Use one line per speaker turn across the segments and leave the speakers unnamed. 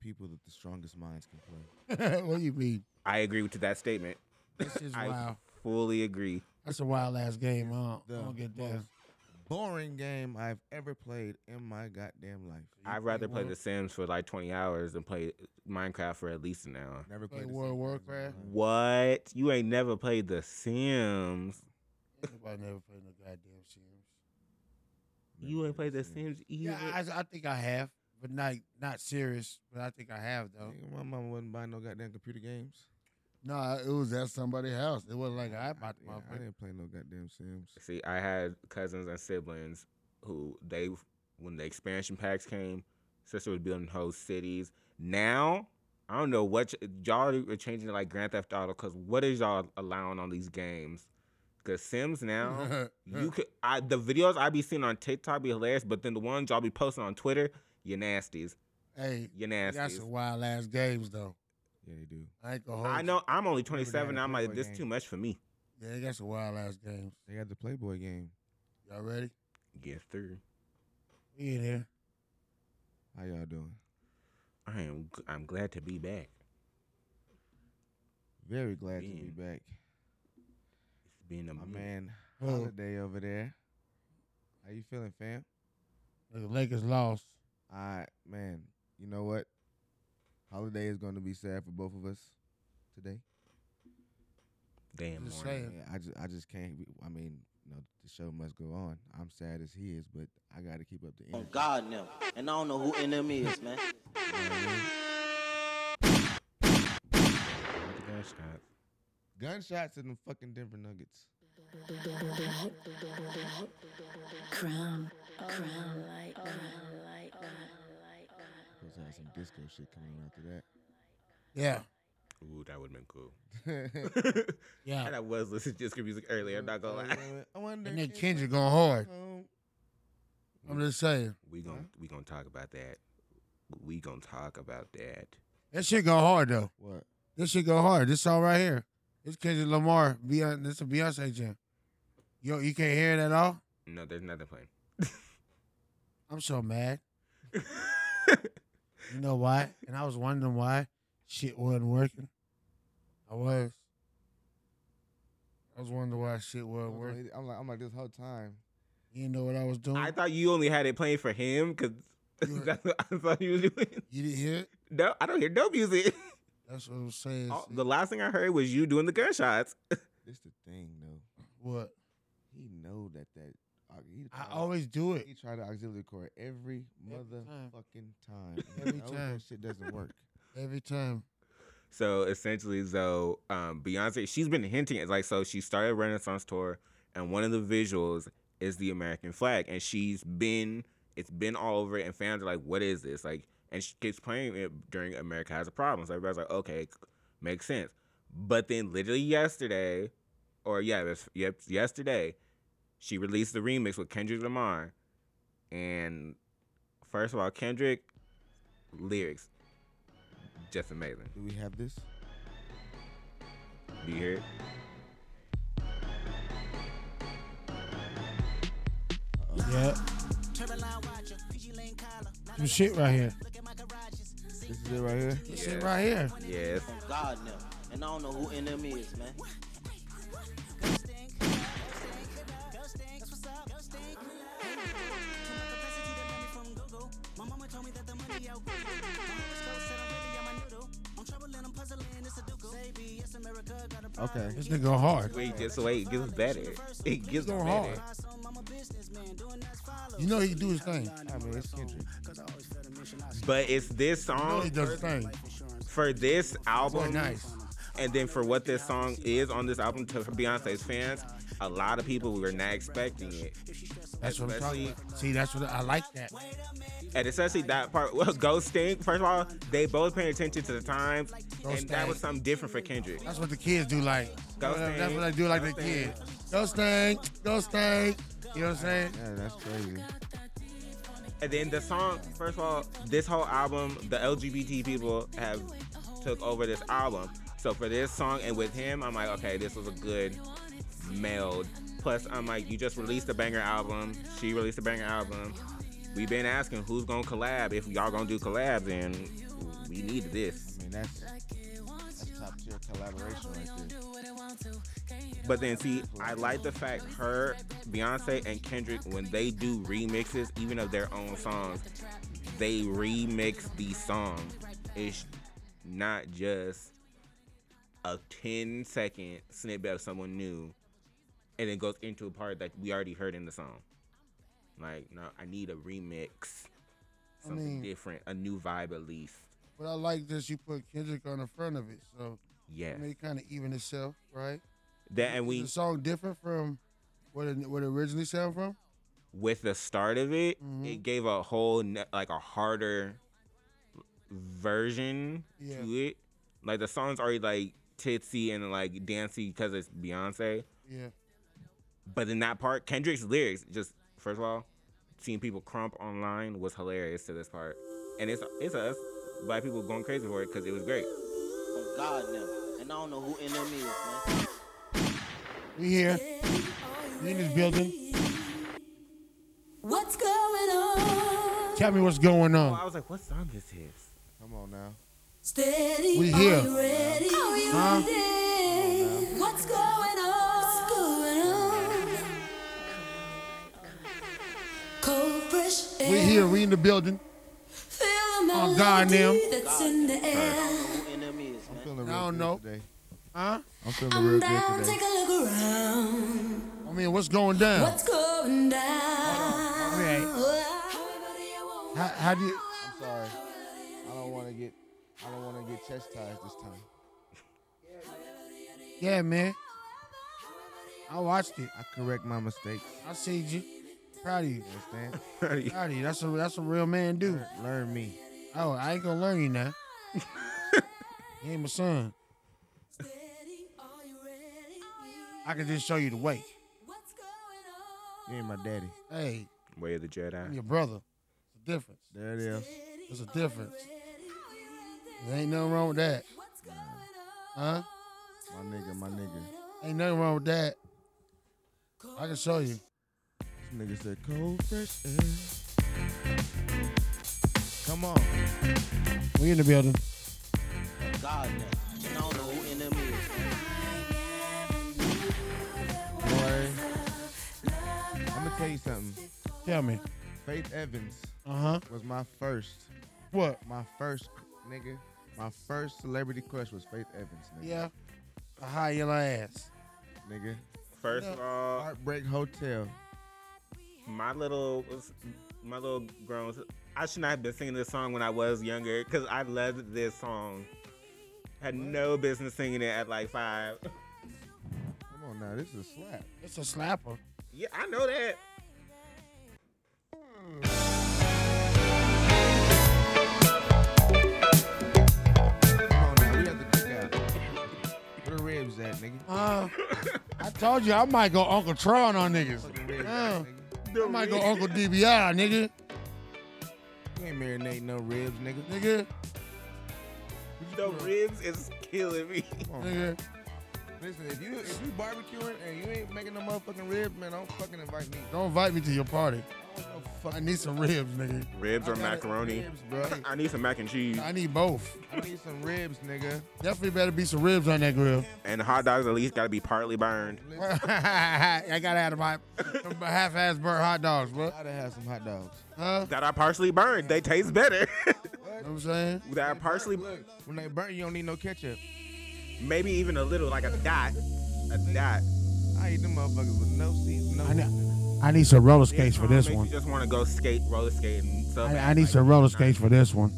people that the strongest minds can play.
what do you mean?
I agree with to that statement.
This is
I
wild.
fully agree.
That's a wild ass game. I don't, I
The
don't get that.
most boring game I've ever played in my goddamn life.
I'd rather play
World-
The Sims for like 20 hours than play Minecraft for at least an hour.
Never
Play
played The
World of
Sims in my
Warcraft?
life.
What? You ain't never played The Sims.
Nobody never played no goddamn Sims.
Never
You ain't played The
The
Sims either.
Yeah, I, I think I have, but not not serious. But I think I have though.
Nigga, My mama wouldn't buy no goddamn computer games.
No, it was at somebody's house. It wasn't like I bought the
yeah, I
motherfucker.
didn't play no goddamn Sims.
See, I had cousins and siblings who they when the expansion packs came, sister was building whole cities. Now I don't know what y- y'all are changing to like Grand Theft Auto because what is y'all allowing on these games? Because Sims now you could I the videos I be seeing on TikTok be hilarious, but then the ones y'all be posting on Twitter, you nasties,
hey,
you
that's
nasties.
some wild ass games though.
Yeah, they do.
I ain't gonna hold
I
you.
know I'm only
Remember they had
27.
a
I'm like
Playboy
this
game.
too much for me.
Yeah, they got some wild ass games.
They got the Playboy game.
Y'all ready?
Get through.
We in here.
How y'all doing?
I am. g- I'm glad to be back.
Very glad to be
Being
back.
It's been a
My
minute.
man
Oh,
Holiday over there. How you feeling, fam?
the Lakers lost.
I man, you know what? Holiday is going to be sad for both of us today.
Damn.
Just
morning.
Yeah.
Yeah, I just I just can't. we- I mean, you know, the show must go on. I'm sad as he is, but I got to keep up the
Oh,
energy.
on God now. And I don't know who NM is, man.
you know what I mean?
Not the gunshots.
Gunshots in the fucking Denver Nuggets.
Crown, crown, light, crown, light, crown, light, crown.
Of course, I had some disco shit coming on after that.
Yeah,
Ooh, that would have been cool.
yeah.
and I was listening to disco music earlier. I'm not gonna lie.
I wonder
And then
if
Kendrick going hard.
home.
I'm just saying
We gonna we gonna talk about that. We gonna talk about that.
that shit go hard though.
What?
This shit go hard. This song right here. This Kendrick Lamar. Beyonce, this a Beyonce jam. Yo, you can't hear it at all.
No, there's nothing playing.
I'm so mad. You know why? And I was wondering why shit wasn't working. I was. I was wondering why shit wasn't working.
I'm like, I'm like this whole time.
You didn't know what I was doing.
I thought you only had it playing for him because
You-
that's what I thought you was doing.
you didn't hear it.
No, I don't hear no music.
That's what I'm saying.
All-
see?
Oh, the last thing I heard was you doing the gunshots.
This the thing though.
what?
He know that that. uh, He
I
tried-
always do
He
it.
tried the auxiliary cord every
Every time.
motherfucking time. He
Every
knows
time.
That shit doesn't work.
Every time.
So essentially, though, um, Beyonce, she's been hinting at like, so she started Renaissance tour, and one of the visuals is the American flag, and she's been, it's been all over, it, and fans are like, what is this? Like, and she keeps playing it during America Has a Problem. So everybody's like, okay, c- makes sense. But then literally yesterday, or yeah, it was, yep, yesterday, she released the remix with Kendrick Lamar, and first of all, Kendrick lyrics, just amazing.
Do we have this?
Do you hear it?
Yeah. Some shit right here.
This is it right here.
This shit right here.
Yes.
On God now. And I don't know who NM is, man.
Okay.
This nigga go hard.
Wait, just wait. It gets better. It gets
go
better.
hard. You know he do his thing.
I mean, it's Kendrick.
But it's this
You know he
song
does his thing.
for this
Boy,
album,
nice.
and then for what this song is on this album to Beyonce's fans. A lot of people were not expecting it,
That's what I'm talking about. See, that's what I like that.
and especially that part. Well, Ghost Stink. First of all, they both paid attention to the times, and that was something different for Kendrick.
That's what the kids do like.
Go
That's- That's what
Stank.
they do like the kids. Go stank, go stank. You know what I'm saying?
Yeah, that's crazy.
And then the song, first of all, this whole album, the LGBT people have took over this album. So for this song and with him, I'm like, okay, this was a good meld. Plus, I'm like, you just released a banger album. She released a banger album. We've been asking who's gonna collab. If y'all gonna do collabs, and We need this.
I mean, that's that's top tier collaboration right there.
But then see, I like the fact her, Beyonce and Kendrick, when they do remixes, even of their own songs, they remix the song. It's not just a 10 second snippet of someone new and it goes into a part that we already heard in the song. Like, no, I need a remix.
I
Something
mean-
different, a new vibe at least.
But I like this. You put Kendrick on the front of it, so
Yeah.
I mean, it kind of even itself, right?
That and
Is
we
the song different from what it, what it originally sound from.
with the start of it,
Mhm.
it gave a whole ne- like a harder version
Yeah.
to it. Like the song's already like titsy and like dancey because it's Beyonce,
Yeah,
but in that part, Kendrick's lyrics just first of all, seeing people crump online was hilarious to this part, and it's it's us black people going crazy for it because it was great.
On God now. And I don't know who NM is, man.
we here. We in this building.
What's going on?
Tell me what's going
Oh,
on.
I was like, what song is this?
Come on now.
Steady.
We
Are
here.
you ready? Are you
Huh?
ready? What's going on? What's going on? Cold, fresh air.
We here. We in the building.
Feel the
Oh, God,
melody
Nim.
That's in the air.
Who NM is,
I'm
man.
feeling real
don't
good
know.
today.
Huh?
I'm feeling real
I'm
good
down.
today.
Take a look around.
I mean, what's going down?
What's going down? Oh,
Okay. How, how do you?
I'm sorry. I don't want to get I don't want to get chastised this time.
Yeah, man. I watched it.
I correct my mistakes.
I see you. Proud of you.
Understand?
Proud of you. That's a that's a real man, dude.
Learn me.
Oh, I ain't gonna learn you now. you ain't my son. I can just show you the way.
You ain't my daddy.
Hey,
Way of the
I'm
Jedi.
your brother. It's a difference.
There it is.
There's a difference.
Oh,
There ain't nothing wrong with that. Huh?
My nigga, my nigga.
Ain't nothing wrong with that. I can show you.
This nigga said cold fresh air. Come on.
We in the building.
On God now. And I don't know who NM is, man.
Boy. I'm gonna tell you something.
Tell me.
Faith Evans
Uh huh.
was my first,
What?
my first nigga, my first celebrity crush was Faith Evans, nigga.
Yeah. A high yellow ass.
Nigga.
First of all,
Heartbreak Hotel.
my little my little grown I should not have been singing this song when I was younger because I loved this song. Had no business singing it at like five.
Come on now, this is a slap.
It's a slapper.
Yeah, I know that.
Come on now, we have to cook out. Where the ribs at, nigga?
Uh, I told you I might go Uncle Tron on niggas.
Fucking ribs
Yeah.
at, nigga.
I might go Uncle DBI, nigga.
You ain't marinating no ribs, nigga.
Nigga.
The ribs is killing me.
Come on.
Nigga.
Listen, if you if you barbecuing and you ain't making no motherfucking ribs, man, don't fucking invite me.
Don't invite me to your
I
party.
don't know
I need some ribs, nigga.
Ribs
I
or
gotta-
macaroni?
Ribs, bro.
I need some mac and cheese
I need both.
I need some ribs, nigga.
Definitely better be some ribs on that grill.
and hot dogs. At least gotta be partly burned.
I gotta have my, my half-ass burnt hot dogs, bro.
I'd have some hot dogs.
Huh?
That are partially burned. They taste better.
You know what I'm saying?
that are partially
When they burn, you don't need no ketchup.
maybe even a little like a dot, a dot.
I eat them motherfuckers with no seeds, no.
I need, I need some roller skates
It
for this
makes
one.
You just want to go skate, roller skate, and stuff.
I, I need some roller skates for this one.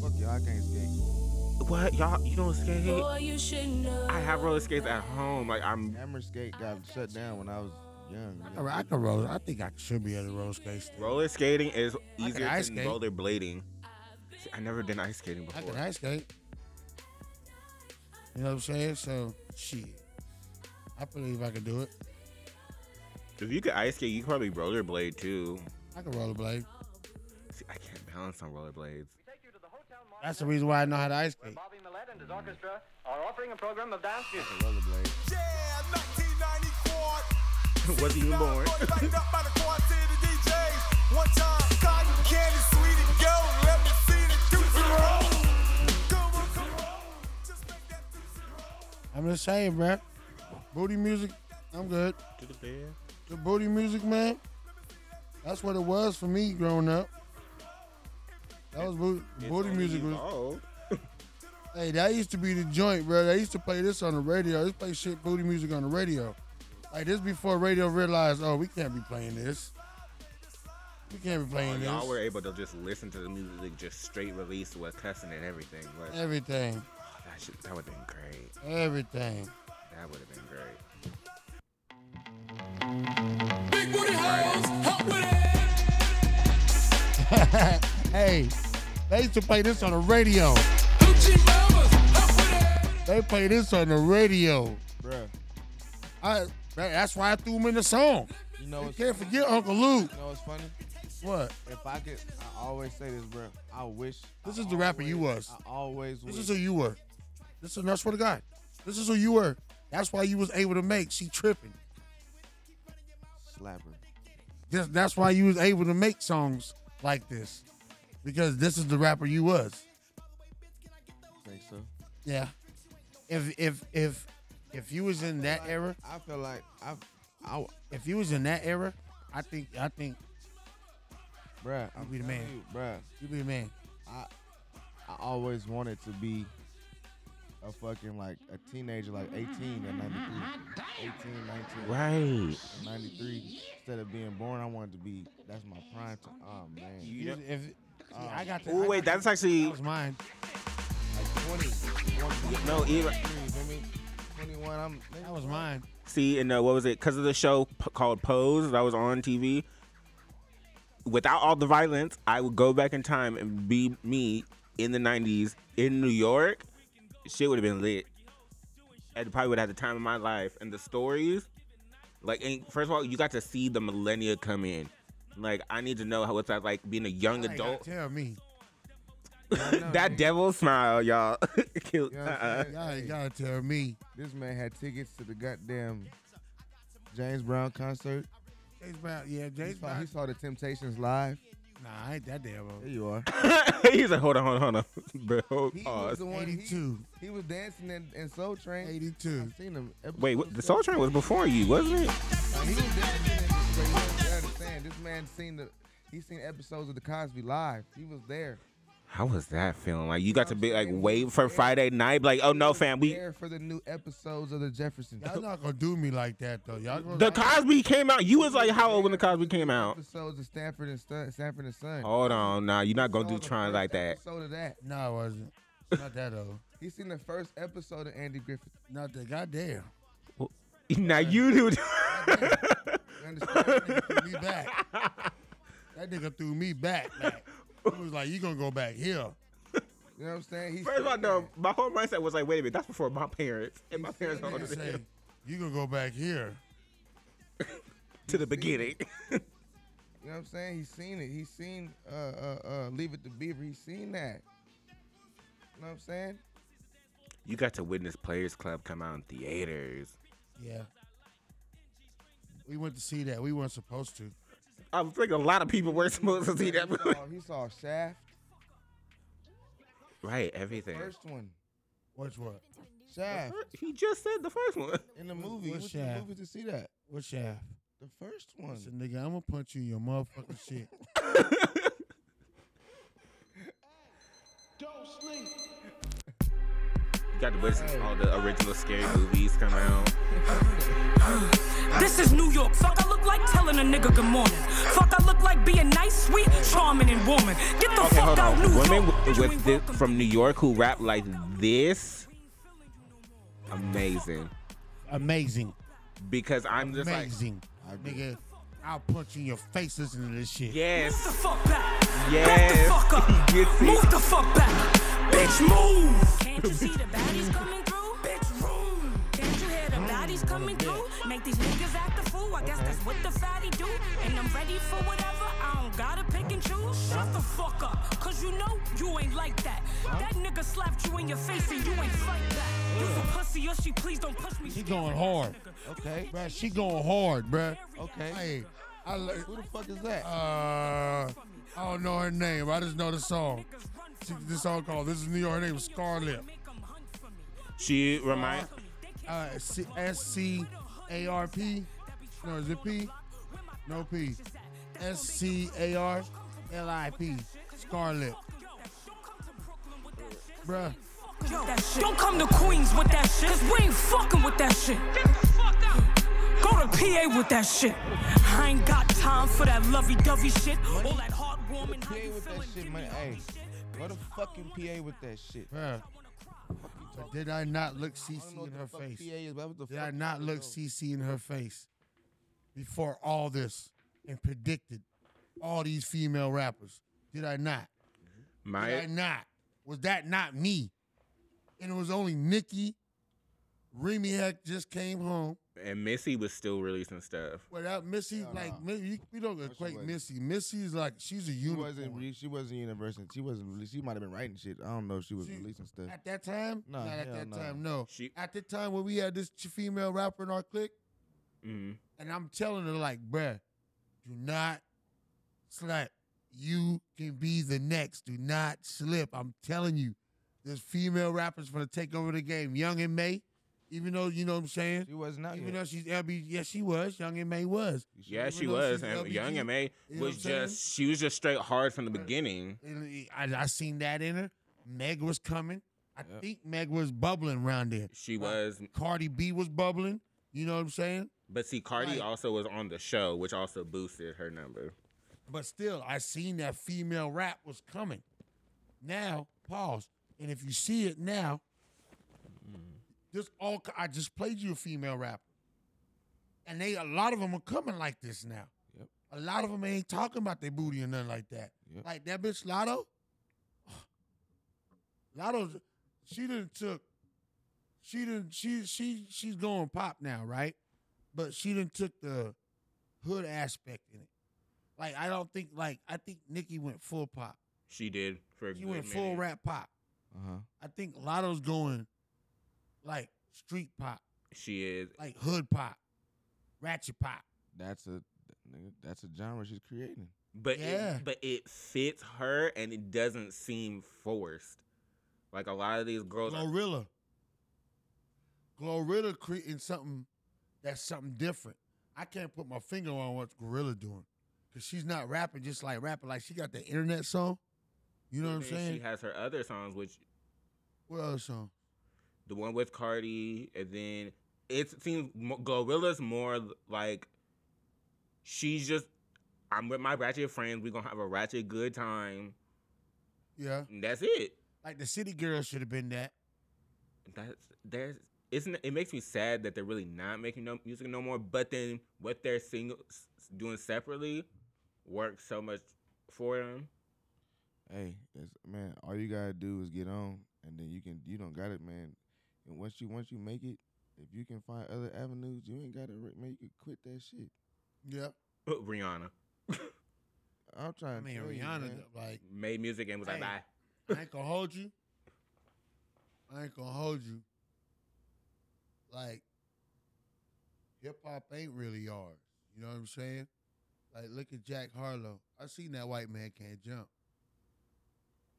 Fuck y'all, I can't skate.
What y'all? You don't skate?
Boy, you should know.
I have roller skates at home. Like I'm.
Hammer skate got shut down when I was young.
I, I can roll. I think I should be able to roller skate. still.
Roller skating is easier
ice
than
skate.
roller blading. See, I never done ice skating
I
before.
can ice skate. You know what I'm saying? So, shit. I believe I can do it.
If you could ice skate, you could probably rollerblade too.
I can rollerblade.
See, I can't balance on rollerblades.
That's the reason why I know how to ice skate.
Bobby Millett and his orchestra are offering a program of dance music.
Yeah, 1994.
Was even born.
Lighted up by the quad city DJs. One time, cotton candy, sweetie, go. Let me see the juice roll.
I'm just saying, bruh. Booty music, I'm good.
To the bed.
The booty music, man. That's what it was for me growing up. That was booty,
It's
booty
only
music. Was,
evolved.
Hey, that used to be the joint, bro. They used to play this on the radio. They play shit booty music on the radio. Like this before radio realized, oh, we can't be playing this. We can't be
Oh,
playing
y'all
this.
were able to just listen to the music just straight released with cussing and everything. Like,
Everything,
that, shit- that would have been great.
everything.
That would have been great.
Big booty hoes, help with it.
hey, they used to play this on the radio.
Hoochie mamas, help with it.
They play this on the radio.
Bruh.
I. that- That's why I threw them in the song.
You know
You
what's,
can't forget Uncle Luke.
you know what's funny?
What?
If I could, I always say this, bruh. I wish.
This
I
is the rapper you
always-
was.
I always
This
wish.
is who you were. This is that's what the guy. This is who you were. That's why you was able to make. She tripping.
slapper.
This, that's why you was able to make songs like this, because this is the rapper you was.
Think so?
Yeah. If if if if you was in that era,
I feel like I,
I, if you was in that era, I think I think
bruh.
You be the
telling
man.
you, bruh.
you be the man.
I always wanted to be a fucking like a teenager, like 18 and 93, 18, 19,
Right.
and 93. Instead of being born, I wanted to be. That's my prime time. Oh man,
You
You know,
was- if see, I got the,
oh
I
wait,
got
that's actually
that was mine.
like 20, 20
no.
you
Even,
feel me? 21. I'm.
That was mine.
see, and uh, what was it? Because of the show p- called Pose that was on TV. Without all the violence, I would go back in time and be me in the '90s in New York. Shit would have been lit. I probably would have had the time of my life and the stories. Like, and first of all, you got to see the millennia come in. Like, I need to know how it's like being a young
Hey,
adult.
Tell me,
that devil smile, y'all. Cute.
Yeah,
Uh-uh.
yeah.
y'all
Hey.
ain't gotta tell me.
This man had tickets to the goddamn James Brown concert.
James Brown, yeah,
He
James
saw, he
Brown.
saw the Temptations live.
Nah, I ain't that damn old.
There you are.
He's like, hold on, hold on, hold on, bro.
He was
Pause.
the one. He,
82.
he was dancing in, in Soul Train.
82.
I seen him.
Wait, what, the Soul Train was before you, wasn't it?
Like, he was dancing in this, but you don't understand. This man seen the. He seen episodes of the Cosby Live. He was there.
How was that feeling? Like you got to be like wait for Friday night, like oh
He
no,
was
fam, we
there for the new episodes of the Jefferson.
Y'all not gonna do me like that though. Y'all gonna
the Cosby came out. You was like how old when the Cosby came out?
Episodes of Stanford and Son, Stanford and Son.
Hold on, nah, you're not gonna
Saw
Oh, do
the
trying
first
like that.
Episode of that.
No, it wasn't. Not that old.
He seen the first episode of Andy Griffith.
Not that goddamn.
Now you do.
You understand?
That nigga threw me back. That nigga threw me back. back. He was like, "You gonna go back here?"
you know what I'm saying? He
First of all,
said
no, my whole mindset was like, wait a minute, that's before my parents and my
He said
parents don't
that.
He say,
understand
"You gonna go back here?"
to the beginning.
You know what I'm saying? He's seen it. He's seen uh, uh, uh, Leave It to Beaver. He's seen that. You know what I'm saying?
You got to witness Players Club come out in theaters.
Yeah. We went to see that. We weren't supposed to.
I think a lot of people were supposed to see that
He
movie.
saw, he saw Shaft,
Right, everything.
first one.
Which what?
Shaft
He just said the first one.
in the movie.
What
What's the
Shaft?
movie to see that?
What shaft?
The first
I
one.
said, "Nigga, I'm gonna punch you in your motherfucking shit."
You got to witness all the original scary movies come out.
This is New York. Fuck, I look like telling a nigga good morning. Fuck, I look like being nice, sweet, charming, and warming. Get the
Okay,
fuck
hold
out, New
on. Women
York.
with,
You ain't
with thi-
welcome.
from New York who rap like this, amazing.
Amazing,
Because I'm just like,
amazing, nigga. I'll punch you in your face listening to this shit.
Move the
yes,
fuck back. Back the
yes.
fuck up.
You see-
Move the fuck back. Bitch, move. Can't you see the baddies coming through? Bitch, room. Can't you hear the baddies coming through? Make these niggas act a fool. I guess that's what the fatty do. And I'm ready for whatever. I don't gotta pick and choose. Shut the fuck up. Cause you know you ain't like that. That nigga slapped you in your face and you ain't fight back. You some pussy or she please don't push me.
She going hard.
Okay.
Bruh, she going hard, bruh.
Okay.
Hey, I like.
Who the fuck is that?
Uh, I don't know her name. I just know the song. She, this song called "This Is New York." Her name was Scarlett.
She remind
uh, C- S-C-A-R-P. No, is it P? No P. S-C-A-R-L-I-P. Scarlet. Bruh.
Don't come to Queens with that shit. Cause we ain't fucking with that shit. Go to PA with that shit. I ain't got time for that lovey dovey shit. All that heartwarming, how
PA
you
with that
feeling?
shit,
Give me
man.
all
Hey,
this shit.
go to fucking PA with that shit.
Bruh. But did I not look
I don't know
CC
what
in
the
her
fuck
face?
PA is, but what the
Did
fuck
I not
is
look
though?
CC in her face before all this and predicted all these female rappers? Did I not? Did I
My
not? Was that not me? And it was only Nikki. Remy Heck just came home.
and Missy was still releasing stuff.
Without Missy,
Hell
like
no.
Mi- you, we don't equate
wasn't.
Missy. Missy's like she's a
She
unicorn.
wasn't. Re- she wasn't university. She wasn't. rele- She might have been writing shit. I don't know if she was
She-
releasing stuff.
at that time,
No,
not at
hell
that
no.
time. No,
She-
at the time when we had this ch- female rapper in our clique,
Mhm.
and I'm telling her like, bruh, do not slap. You can be the next. Do not slip. I'm telling you, this female rapper's gonna take over the game. Young and May, even though you know what I'm saying.
She was not.
Even though she's LB, yes, she was. Young and May was.
Yeah,
Even
she
though
was.
she's
And Young
LBG,
and May
you know
was
what I'm
just she was just straight hard from the
Right.
beginning.
And uh, I, I seen that in her. Meg was coming. I think Meg was bubbling around there.
She was,
Cardi B was bubbling. You know what I'm saying?
but see, Cardi
Right.
also was on the show, which also boosted her number.
But still, I seen that female rap was coming. Now, pause. And if you see it now, this all I just played you a female rapper. And they a lot of them are coming like this now.
Yep.
A lot of them ain't talking about their booty or nothing like that.
Yep.
Like that bitch Lotto. Lotto, she didn't took, she didn't, she, she, she's going pop now, right? But she didn't took the hood aspect in it. Like I don't think like I think Nicki went full pop.
She did for a
She
good
went full
minute.
rap pop.
Uh huh.
I think Lotto's going like street pop,
She is.
like hood pop, ratchet pop.
That's a nigga, that's a genre she's creating.
But
Yeah.
it, but it fits her and it doesn't seem forced. Like a lot of these girls are
Glorilla. Glorilla creating something that's something different. I can't put my finger on what Gorilla doing. Cause she's not rapping just like rapping. Like she got the internet song. You know what I'm
and
saying?
She has her other songs, which
what other song?
the one with Cardi, and then it seems mo- Gorilla's more like she's just. I'm with my ratchet friends. We're gonna have a ratchet good time.
Yeah.
And that's it.
Like the City Girls should have been that.
That's there's isn't it makes me sad that they're really not making no music no more. But then what they're single s- doing separately works so much for them.
Hey, it's, man, all you gotta do is get on, and then you can. You don't got it, man. And once you once you make it, if you can find other avenues, you ain't gotta re- man. You can quit that shit.
Yeah.
Rihanna
I'm trying.
I mean,
to tell you,
Rihanna,
man.
like,
made music and was like,
Hey.
bye.
I ain't gonna hold you. I ain't gonna hold you. Like, hip hop ain't really ours. You know what I'm saying? Like, look at Jack Harlow. I seen that white man can't jump.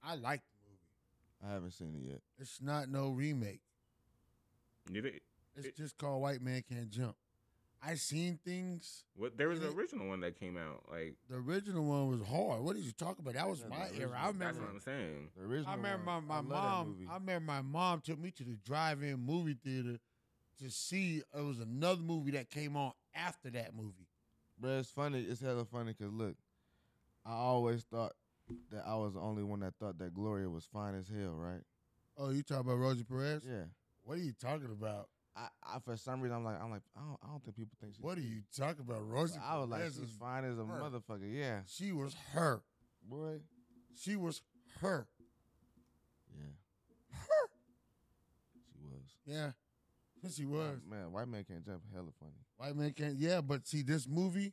I like the movie.
I haven't seen it yet.
It's not no remake.
Did it-
It's
It-
just called White Man Can't Jump. I seen things.
What there was
Did
an
it-
original one that came out. Like
The original one was hard. What did you talk about? That was
Yeah,
my
the
era.
original-
I
that's
that's
remember.
what I'm saying.
The original.
I remember my,
one,
my
I love that
mom.
movie.
I remember my mom took me to the drive-in movie theater to see it was another movie that came on after that movie.
Bruh, it's funny. It's hella funny because look, I always thought that I was the only one that thought that Gloria was fine as hell, right?
Oh, you talking about Rosie Perez?
Yeah.
What are you talking about?
I, I for some reason I'm like I'm like I don't, I don't think people think she's.
What are you talking about?
But
Rosie
I was like
Perez
she's
is
fine as a
her.
motherfucker. Yeah,
She was her.
boy.
She was her.
Yeah. she was.
Yeah. Yes, she was.
Man, white man can't jump. Hella funny.
White man can't. Yeah, but see, this movie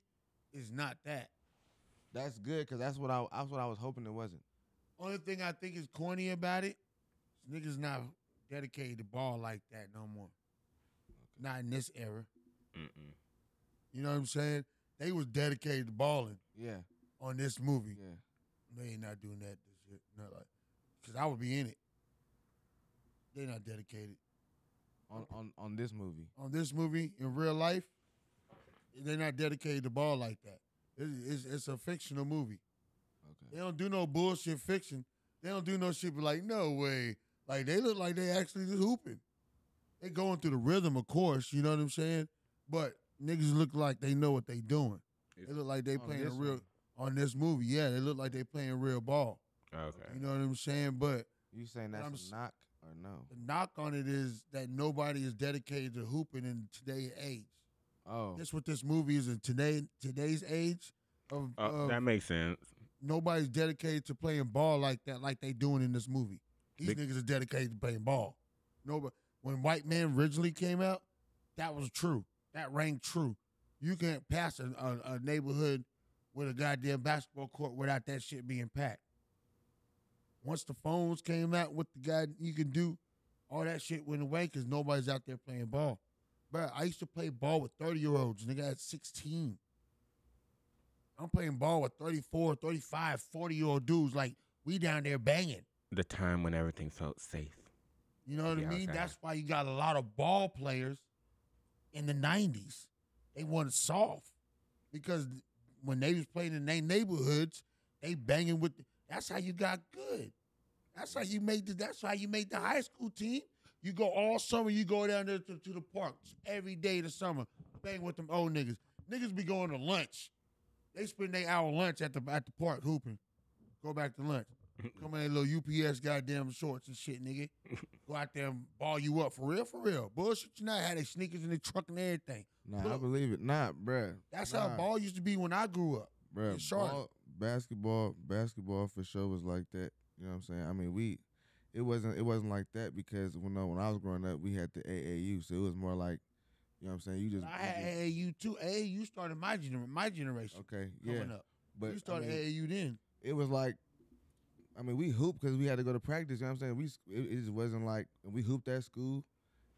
is not that.
That's good because that's what I that's what I was hoping it wasn't.
Only thing I think is corny about it, is niggas not dedicated to ball like that no more. Not in this era.
Mm-mm.
You know what I'm saying? They was dedicated to balling
Yeah,
on this movie.
yeah.
They ain't not doing that this year. Not like, cause I would be in it. They not dedicated.
on, on, on this movie.
on this movie in real life, they're not dedicated to ball like that. It's, it's, it's a fictional movie. They
Okay.
don't do no bullshit fiction. They don't do no shit be like, no way. Like, they look like they actually just hooping. They going through the rhythm, of course, you know what I'm saying? But niggas look like they know what they doing. They look like they
On
playing a
this
real,
one.
on this movie, yeah, they look like they playing real ball. You
Okay.
know what I'm saying? But
You saying
But
that's
I'm
a
s-
knock or no?
the knock on it is that nobody is dedicated to hooping in today's age.
Oh,
That's what this movie is in today today's age of,
Oh,
um,
of
that makes sense.
nobody's dedicated to playing ball like that, like they doing in this movie. These
Big-
niggas are dedicated to playing ball. Nobody when White Man originally came out, that was true. That rang true. You can't pass a, a, a neighborhood with a goddamn basketball court without that shit being packed. Once the phones came out, what the guy you can do, all that shit went away because nobody's out there playing ball. But I used to play ball with 30 year olds, nigga at 16. I'm playing ball with 34, 35, 40 year old dudes. Like, we down there banging.
The time when everything felt safe.
You know what
Yeah,
I
I
mean?
understand.
That's why you got a lot of ball players in the 90s. They wanted soft because when they was playing in their neighborhoods, they banging with. That's how you got good. That's how you made the. That's how you made the high school team. You go all summer. You go down there to, to the parks every day of the summer, bang with them old niggas. Niggas be going to lunch. They spend their hour lunch at the at the park hooping. Go back to lunch. Come in their little UPS goddamn shorts and shit, nigga. Go out there and ball you up for real, for real. Bullshit, you not had they sneakers in the truck and everything.
nah, I
look.
believe it. Nah, bruh.
That's
nah,
how ball used to be when I grew up.
bruh,
in Charlotte.
ball- basketball, basketball for sure was like that. You know what I'm saying? I mean, we, it wasn't, it wasn't like that because when I, when I was growing up, we had the AAU, so it was more like, you know what I'm saying? You just,
I
you
had
just-
AAU too. AAU started my gener- my generation
okay, yeah,
coming up.
but
you
I
started
mean,
AAU then.
it was like, I mean, we hooped because we had to go to practice. You know what I'm saying? We s- it, it just wasn't like and we hooped at school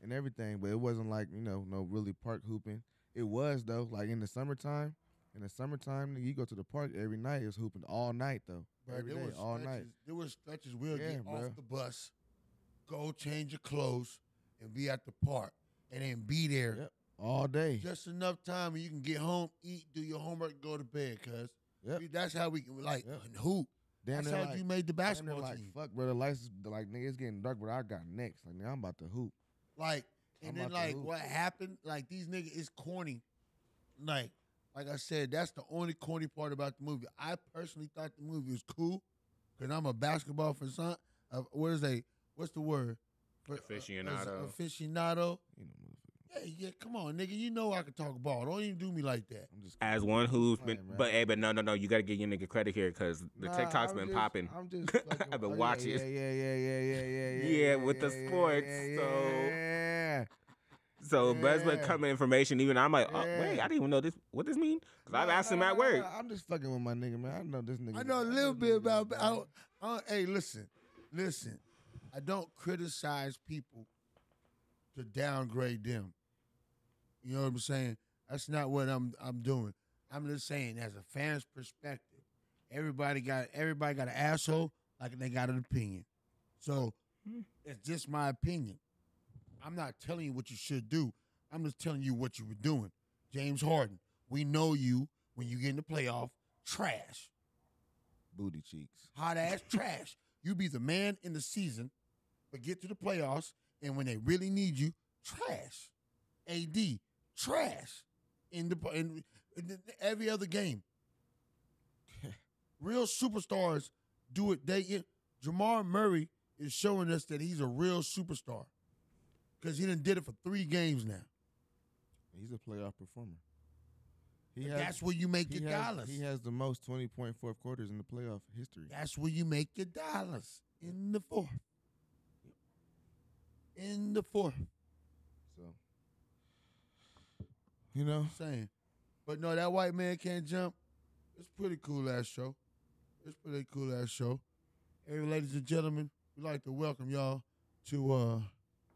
and everything, but it wasn't like you know no really park hooping. It was though, like in the summertime. In the summertime, nigga, you go to the park every night. It's hooping all night though,
Bruh,
every day,
was
all
stretches,
night.
There were stretches we'll
Yeah,
get off
bruh.
the bus, go change your clothes, and be at the park, and then be there
Yep. All day.
just enough time where you can get home, eat, do your homework, go to bed. Cause
Yep.
we- that's how we can like
Yep.
and hoop.
Damn
that's
near
how
like,
you made the
damn near
basketball
like,
team.
fuck, bro. The lights, is- like nigga, it's getting dark, but I got next. Like, nigga, I'm about to hoop.
Like,
I'm
and then
about to
like
hoop.
what happened? Like these niggas is corny. Like, like I said, that's the only corny part about the movie. I personally thought the movie was cool because I'm a basketball for some. Uh, what is a what's the word? For- uh, as a
Aficionado.
aficionado.
You know, motherfucker.
Yeah, yeah. Come on, nigga. You know I can talk ball. Don't even do me like that.
I'm just
As one who's been,
Right, right.
but hey, but no, no, no, you gotta give your nigga credit here because the
Nah,
TikTok's
I'm
been
just-
popping.
I'm just.
I've
fucking-
been
oh, yeah,
watching.
Yeah, yeah, yeah, yeah, yeah, yeah, yeah.
Yeah, with the sports,
yeah,
so-
yeah.
So that's been
Yeah.
coming information. Even I'm like, oh,
Yeah.
wait, I didn't even know this. What this mean? Because I've
Nah,
asked him
nah,
at
nah,
work.
nah, I'm just fucking with my nigga, man. I know this nigga.
I know a
this
little
nigga,
bit about. I,
man.
don't- I, don't- hey, listen, listen. I don't criticize people to downgrade them. You know what I'm saying? That's not what I'm I'm doing. I'm just saying, as a fan's perspective, everybody got everybody got an asshole like they got an opinion. So it's just my opinion. I'm not telling you what you should do. I'm just telling you what you were doing. James Harden, we know you when you get in the playoff, trash
Booty cheeks.
hot ass trash. You be the man in the season, but get to the playoffs, and when they really need you, trash. AD trash in the in, in every other game. real superstars do it. They Jamar Murray is showing us that he's a real superstar because he done did it for three games now.
He's a playoff performer. He
But that's where you make
he
your
has-
dollars.
He has the most 20 point fourth quarters in the playoff history.
That's where you make your dollars in the fourth. In the fourth.
So, you know,
saying. But no, that white man can't jump. It's pretty cool ass show. It's pretty cool ass show. Hey, ladies and gentlemen, we'd like to welcome y'all to uh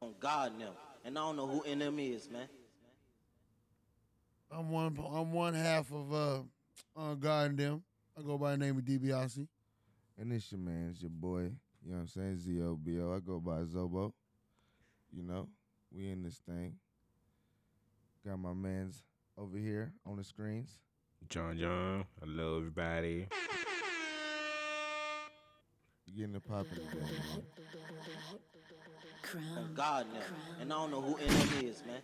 On God and them. And I don't know who NM is, man.
I'm one I'm one half of uh on God and them. I go by the name of DiBiase.
and it's your man, it's your boy. You know what I'm saying? ZOBO. I go by Zobo. You know, We in this thing. Got my man's over here on the screens.
John John. Hello, everybody.
You getting it popping again, man.
Oh,
Crown.
God, now. And I don't know who in them is, man.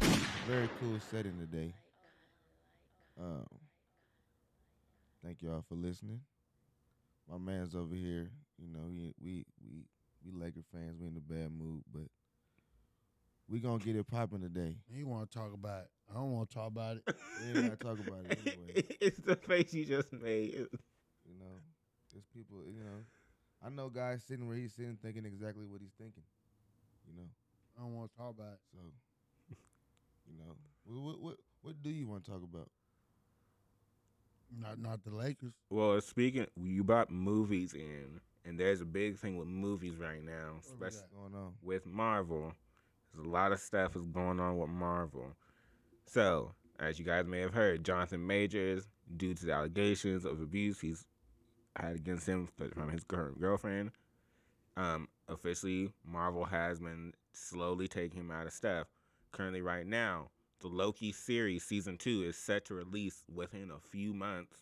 Very cool setting today. Um, thank y'all for listening. My man's over here. You know, he, we we we Laker fans. We in a bad mood, but we gonna get it popping today.
He want to talk about it. I don't want to talk about it.
We ain't gotta talk about it anyway.
it's the face you just made.
You know, there's people. You know, I know guys sitting where he's sitting, thinking exactly what he's thinking. You know,
I don't want to talk about it.
so you know, what what what, what do you want to talk about?
Not not the Lakers.
Well, speaking, you brought movies in, and there's a big thing with movies right now,
What we
especially
got?
Going on?
with Marvel. There's a lot of stuff is going on with Marvel. So, as you guys may have heard, Jonathan Majors, due to the allegations of abuse he's had against him f- from his current girlfriend, um, officially Marvel has been slowly taking him out of stuff. Currently, right now, the Loki series season two is set to release within a few months,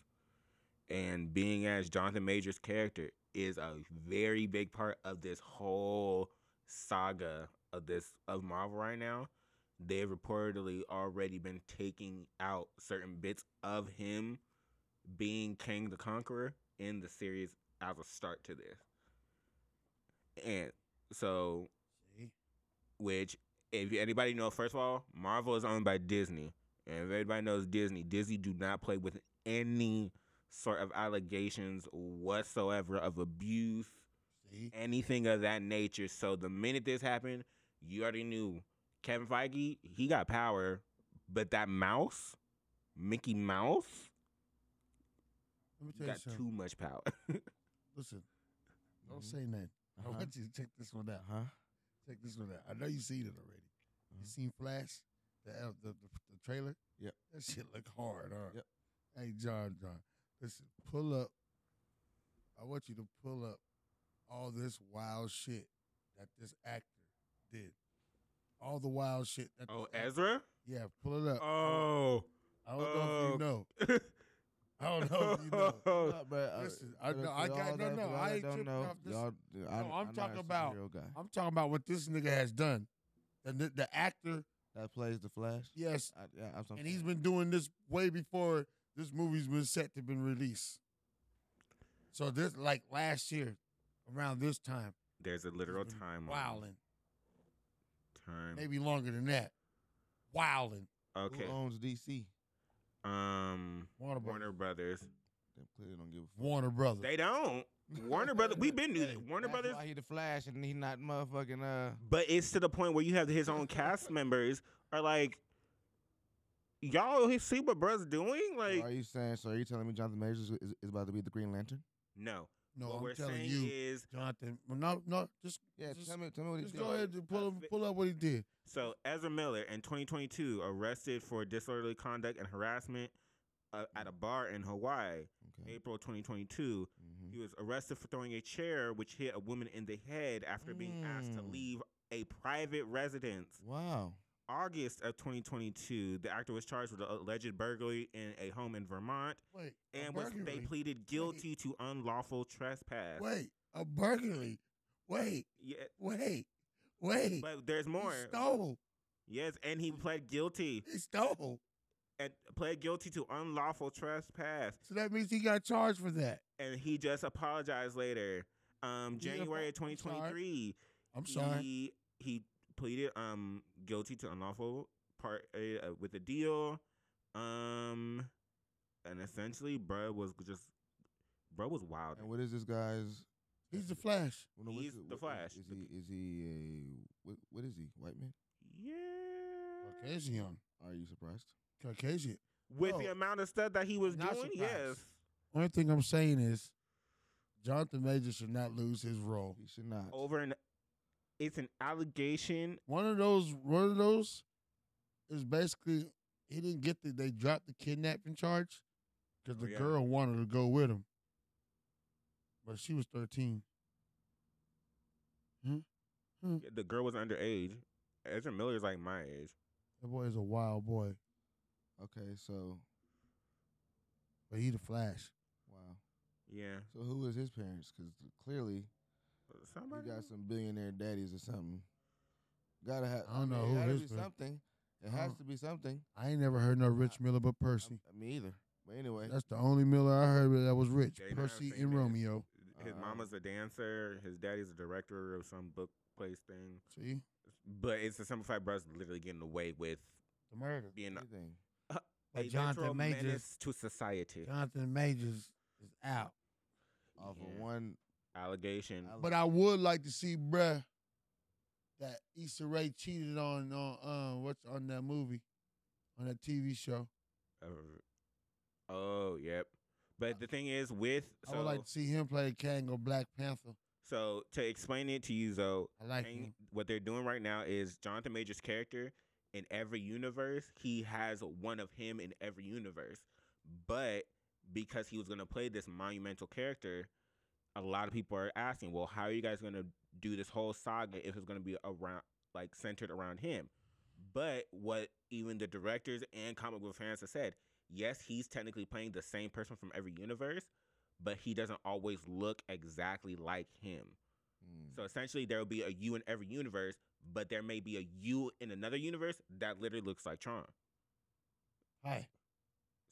and being as Jonathan Majors' character is a very big part of this whole saga of this of Marvel right now, they've reportedly already been taking out certain bits of him being Kang the Conqueror in the series as a start to this. And so
See?
which if anybody know, first of all, Marvel is owned by Disney, and if everybody knows Disney, Disney do not play with any sort of allegations whatsoever of abuse,
See?
anything of that nature. So the minute this happened, you already knew Kevin Feige he got power, but that mouse, Mickey Mouse,
Let me tell you
got
something.
too much power.
Listen, don't
Mhm.
say nothing. I
Uh-huh.
want you to check this one out.
Huh?
Check this one out. I know you seen it already. You
Uh-huh.
seen Flash, the, ad- the, the the trailer.
Yep.
That shit look hard, huh?
Yep.
Hey, John, John, listen. Pull up. I want you to pull up all this wild shit that this actor did. All the wild shit. That
oh,
this act-
Ezra.
Yeah, pull it up.
Oh.
I don't know if
oh.
you know. I don't know if you know.
Nah, bruh, uh,
Oh, Listen, I
for-
know-
for
I
y'all
got- no,
that-
no,
for y'all
I
that
ain't
don't
tripping
know,
off this-
y'all, I,
No, I'm
I'm
talking
talking
about-
about guy
I'm talking about what this nigga has done. The, the, the actor,
that plays the Flash.
yes,
I, yeah, I'm
and he's been doing this way before this movie's been set to been released. So this, like last year, around this time,
There's a literal time.
wilding,
Time.
maybe longer than that, wilding.
Okay.
Who owns DC?
Um.
Warner Brothers.
Warner Brothers.
They clearly don't give a fuck.
Warner Brothers.
They don't. Warner Brothers. We've been knew
Hey,
that. Warner
That's
Brothers.
Why he the Flash and he not motherfucking uh.
But it's to the point where you have his own cast members are like, y'all see what bro's doing?
Why are
Like,
you saying? So are you telling me Jonathan Majors is, is about to be the Green Lantern?
no.
no,
what
I'm
we're
telling
saying
you,
is,
Jonathan. Well, no, no, just
Yeah,
Just-
tell me, tell me what he
just
did.
go ahead and pull
I
up,
fi-
pull up what he did.
so Ezra Miller in 2022 arrested for disorderly conduct and harassment uh, at a bar in Hawaii,
Mm.
Okay.
April 2022.
Mhm.
He was arrested for throwing a chair which hit a woman in the head after being asked to
Mm.
leave a private residence.
Wow.
August of 2022, the actor was charged with an alleged burglary in a home in Vermont
Wait, a
and was, they
burglary?
pleaded guilty to unlawful trespass.
Wait, a burglary. Wait,
Yeah,
wait, wait.
but there's more.
He stole.
Yes, and he pled guilty
He stole.
and pled guilty to unlawful trespass,
So that means he got charged for that.
and he just apologized later. Um,
Yeah,
January of
I'm sorry.
2023,
I'm sorry.
he he pleaded um guilty to unlawful part uh, with a deal, um, and essentially, bro was just bro was wild.
And what is this guy's?
He's the Flash.
well, no, what's
He's
it-
the
what- is-
Flash.
Is
The
he? Is he a? What, what is he? White man?
Yeah.
Caucasian.
Are you surprised?
Caucasian.
With
Bro,
the amount of stuff that he was
not
doing,
surprised.
yes.
Only thing I'm saying is Jonathan Major should not lose his role.
He should not.
Over and it's an allegation.
One of those one of those is basically he didn't get the they dropped the kidnapping charge because
Oh,
the
yeah.
girl wanted to go with him. But she was 13.
The girl was underage. Ezra Miller's like my age.
That boy is a wild boy,
Okay, so
but he the Flash.
wow.
Yeah.
So who is his parents? Because clearly
Somebody.
you got some billionaire daddies or something. Gotta have.
I don't know
it
who
gotta
his
be
parent-
something. It
I
has
don't-
to be something.
I ain't never heard no Rich Miller but Percy.
I, me either. But anyway,
That's the only Miller I heard that was rich.
Jay, now
Percy
saying
and
that.
Romeo.
His
Um,
mama's a dancer. His daddy's a director of some book place thing.
See
But it's the Simple Five Brothers literally getting away with
the murder.
being a,
everything.
a
But Jonathan
literal
Majors-
menace to society.
Jonathan Majors is out.
Off of
Yeah.
one.
Allegation.
I-
But I would like to see, bruh, that Issa Rae cheated on on um what's on that movie, on that TV show.
of- oh, yep. But the thing is, with
I
so
would like to see him play Kang or Black Panther.
so to explain it to you though,
I like
Kang-
him.
what they're doing right now is Jonathan Major's character in every universe, he has one of him in every universe. But because he was going to play this monumental character, a lot of people are asking, well, how are you guys going to do this whole saga if it's going to be around, like, centered around him? But what even the directors and comic book fans have said, yes, he's technically playing the same person from every universe, but he doesn't always look exactly like him.
Mm.
So essentially, there will be a you in every universe, but there may be a you in another universe that literally looks like Tron.
Hi.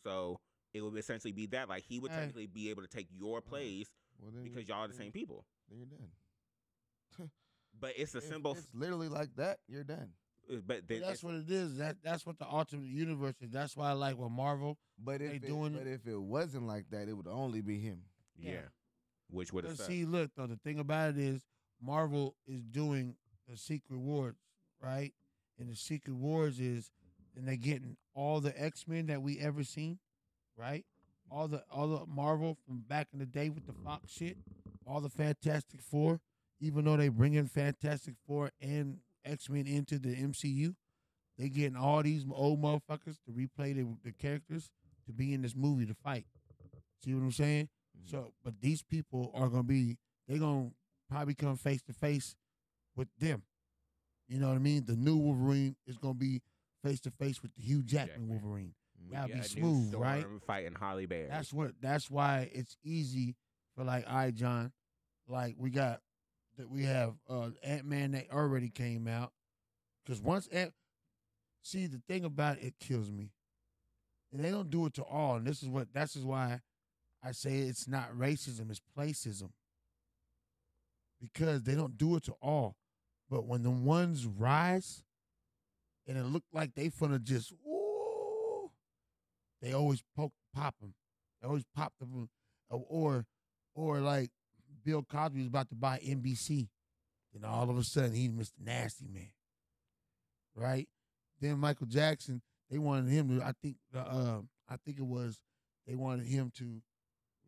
So it would essentially be that. Like he would
Hey.
technically be able to take your place
Well, then
because
you're-
y'all are the
then-
same
Mm-hmm.
people.
Then you're done.
But it's a
If
symbol. uh,
It's literally like that. You're done.
But then
that's
it's-
what it is. That that's what the ultimate universe is. That's why I like what Marvel.
But
They
if it,
doing it-
but if it wasn't like that, it would only be him.
yeah. which would have
But see, look though, the thing about it is Marvel is doing the Secret Wars, right? And the Secret Wars is, and they're getting all the X Men that we ever seen, right? All the all the Marvel from back in the day with the Fox shit, all the Fantastic Four. Even though they bringing Fantastic Four and X Men into the MCU, they getting all these old motherfuckers to replay the, the characters to be in this movie to fight. See what I'm saying? So, but these people are gonna be they're gonna probably come face to face with them. You know what I mean? The new Wolverine is gonna be face to face with the Hugh Jackman
Jackman.
Wolverine.
Mm.
That'd be smooth, right?
Fighting Holly Bear.
That's what. That's why it's easy for like, all right, John. Like we got that we have uh, Ant Man that already came out. Because once Ant, see the thing about it, it kills me, and they don't do it to all. And this is what. This is why I say it's not racism. It's placism. Because they don't do it to all, but when the ones rise, and it look like they finna just ooh they always poke pop them. They always pop the balloon. Or- uh, or or like Bill Cosby was about to buy NBC, then all of a sudden he Mr. Nasty Man, right? Then Michael Jackson, they wanted him to. I think the uh, I think it was they wanted him to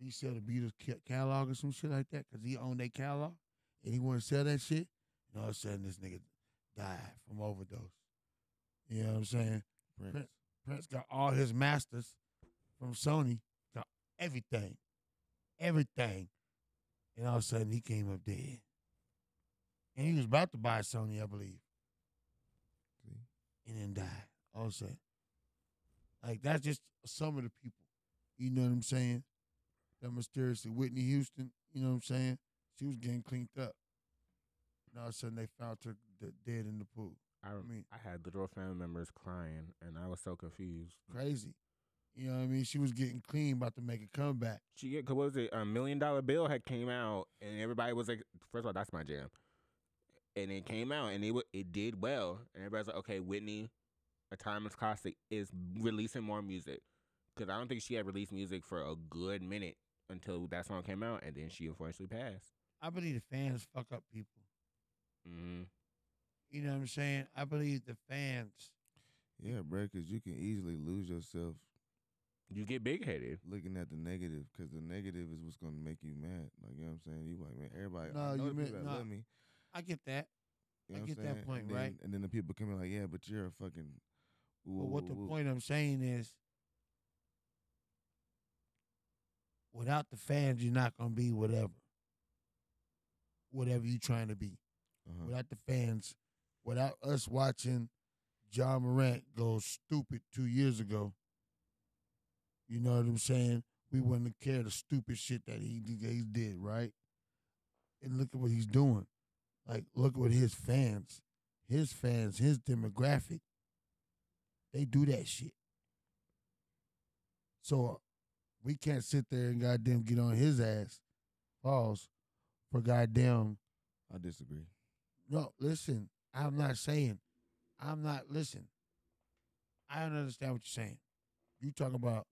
resell the Beatles ca- catalog or some shit like that because he owned their catalog and he wanted to sell that shit. And all of a sudden this nigga died from overdose. You know what I'm saying?
Prince.
Prince. Prince got all his masters from Sony, got everything, everything. And all of a sudden, he came up dead. And he was about to buy Sony, I believe,
See?
and then died. All of a sudden. Like, that's just some of the people. You know what I'm saying? That mysteriously, Whitney Houston, you know what I'm saying? She was getting cleaned up. And all of a sudden, they found her d- dead in the pool.
I, rem-
mean-
I had literal family members crying, and I was so confused.
Crazy. You know what I mean? She was getting clean, about to make a comeback.
She yeah, 'cause what was it? A million dollar bill had came out, and everybody was like, first of all, that's my jam. And it came out, and it wa- it did well, and everybody's like, okay, Whitney, a timeless classic, is releasing more music, because I don't think she had released music for a good minute until that song came out, and then she unfortunately passed.
I believe the fans fuck up people.
Mm-hmm.
You know what I'm saying? I believe the fans.
Yeah, bro, because you can easily lose yourself
You get big headed.
looking at the negative because the negative is what's going to make you mad. Like, you know what I'm saying? You like, man, everybody,
No,
I know
you
the
meant-
people that
no.
love me.
I get that.
You know what
I
I'm
get that
saying?
point,
and then,
right.
And then the people coming like, yeah, but you're a fucking.
But what the point I'm saying is, without the fans, you're not gonna be whatever. Whatever you're trying to be.
uh
Without the fans, without us watching John Morant go stupid two years ago. You know what I'm saying? We wouldn't have cared the stupid shit that he, he did, right? And look at what he's doing. Like, look what his fans, his fans, his demographic, they do that shit. So uh, we can't sit there and goddamn get on his ass, pause, for goddamn
I disagree.
no, listen. I'm not saying. I'm not. Listen. I don't understand what you're saying. You talking about.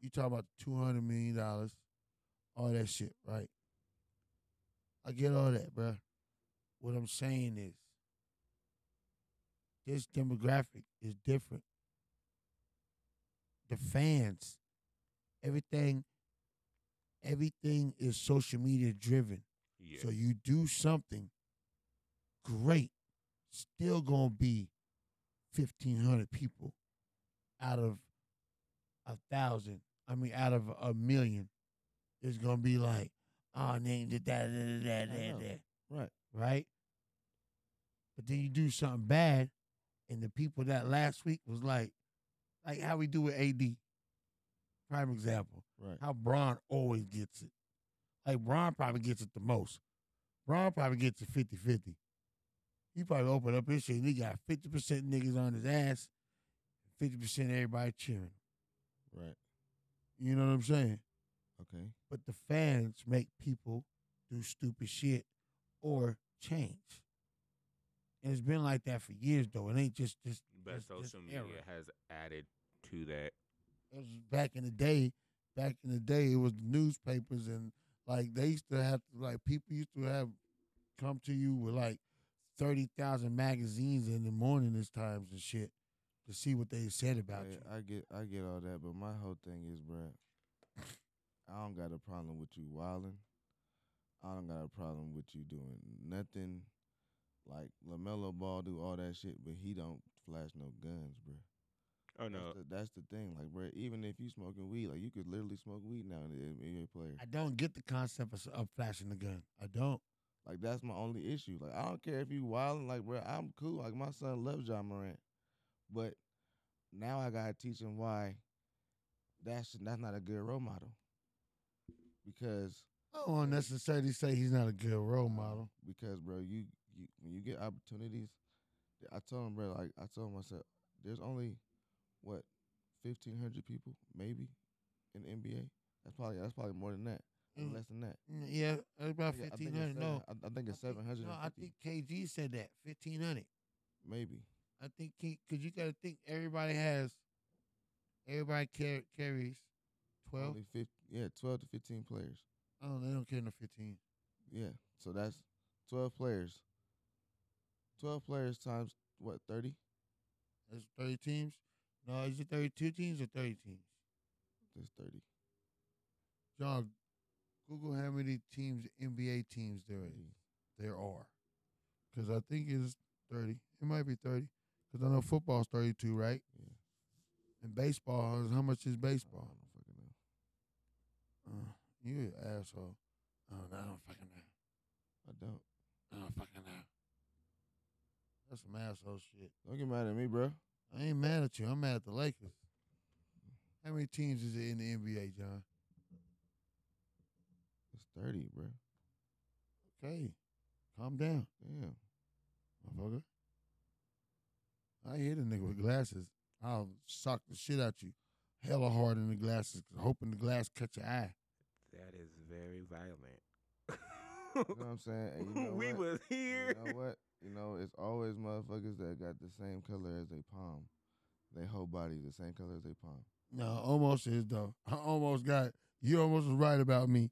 You talking about two hundred million dollars, all that shit, right? I get all that, bruh. What I'm saying is, this demographic is different. The fans, everything, everything is social media driven.
Yeah.
So you do something great, still gonna be fifteen hundred people out of a thousand. I mean, out of a million, it's gonna be like, oh, name did that, that, that,
I know.
that, that,
Right.
right? But then you do something bad, and the people that last week was like, like how we do with AD, prime example
Right.
how Braun always gets it. Like Braun probably gets it the most. Braun probably gets it 50 50. He probably opened up his shit and he got 50% niggas on his ass, 50% everybody cheering.
Right.
You know what I'm saying?
Okay.
But the fans make people do stupid shit or change. And it's been like that for years though. It ain't just this.
But
this- this
social media
era.
has added to that.
it was back in the day. Back in the day, it was the newspapers and like they used to have like people used to have come to you with like thirty thousand magazines in the morning this times and shit to see what they said about
Yeah,
you.
I get I get all that, but my whole thing is, bruh, I don't got a problem with you wilding. I don't got a problem with you doing nothing. Like Lamelo Ball do all that shit, but he don't flash no guns, bruh.
Oh no,
That's, the, that's the thing, like, bruh, Even if you smoking weed, like you could literally smoke weed now and an NBA player.
I don't get the concept of, of flashing the gun. I don't.
Like that's my only issue. Like I don't care if you wilding, like bro, I'm cool. Like my son loves John Morant, but now I gotta teach him why that's that's not a good role model. Because
I don't necessarily say he's not a good
Uh,
role model.
because bro, you you when you get opportunities, I told him bro, like I told him I said, there's only what fifteen hundred people maybe in the NBA. That's probably that's probably more than that,
Mm.
less than that.
Mm, Yeah, that's about
I think it's
fifteen hundred.
seven-
No,
I, I think it's
I think-
seven hundred.
No, I think KG said that fifteen hundred.
maybe.
I think because you got to think everybody has, everybody car- carries twelve.
Only 15, yeah, 12 to 15 players.
Oh, they don't carry no fifteen.
Yeah. So that's 12 players. 12 players times what, 30?
That's thirty teams. No, is it thirty-two teams or thirty teams?
That's 30.
John, Google how many teams NBA teams there is.
30.
There are, because I think it's thirty. It might be thirty, because I know football's thirty-two, right?
Yeah.
And baseball is how much is
I don't
baseball?
fucking know.
Uh, you an asshole. Oh, no, I don't fucking know.
I don't.
I don't fucking know. That's some asshole shit.
Don't get mad at me, bro.
I ain't mad at you. I'm mad at the Lakers. How many teams is it in the NBA, John?
It's 30, bro.
Okay. Calm down,
Damn.
motherfucker. I hit a nigga with glasses. I'll sock the shit out you. Hella hard in the glasses, hoping the glass catch your eye.
that is very
You know what
violent.
I'm saying? And you know
we
what?
was
And
here.
You know what? You know, it's always motherfuckers that got the same color as their palm. They whole body the same color as their palm.
No, almost is though. I almost got you almost was right about me.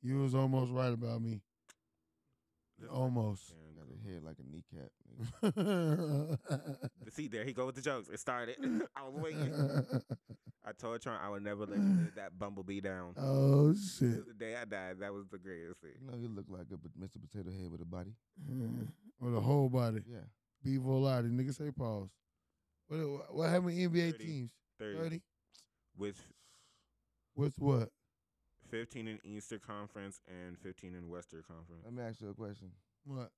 You was almost right about me. Almost.
Got a head like a kneecap. nigga.
See, there he go with the jokes. It started. I was waiting. I told Tron I would never let you live that bumblebee down.
oh shit.
The day I died, that was the greatest
You
thing.
know, you look like a pot- Mr. Potato Head with a body.
With a whole body.
Yeah.
Be volati. Nigga say pause. What what how many NBA
30.
teams?
30.
Thirty?
With
With what?
15 in Easter Conference and 15 in Western Conference.
Let me ask you a question.
What?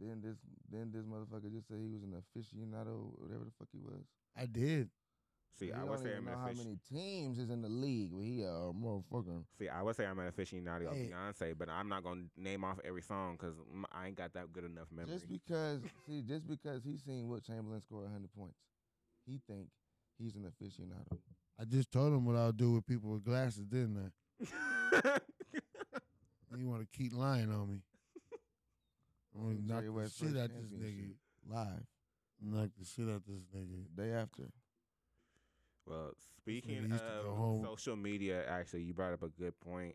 Then this, then this motherfucker just said he was an aficionado, or whatever the fuck he was.
I did.
See,
You
I
don't
would say
even
I'm
know
an
how
aficionado.
many teams is in the league, but he a motherfucker.
See, I would say I'm an aficionado of
Hey.
Beyonce, but I'm not gonna name off every song because I ain't got that good enough memory.
Just because, see, just because he seen Will Chamberlain score hundred points, he think he's an aficionado.
I just told him what I'll do with people with glasses, didn't I? You want to keep lying on me. I'm
Jerry
gonna knock the
West
shit
first
out this nigga.
championship. Live
Knock the shit out this nigga.
day after.
well, speaking
used to go
of
home.
social media, actually, you brought up a good point.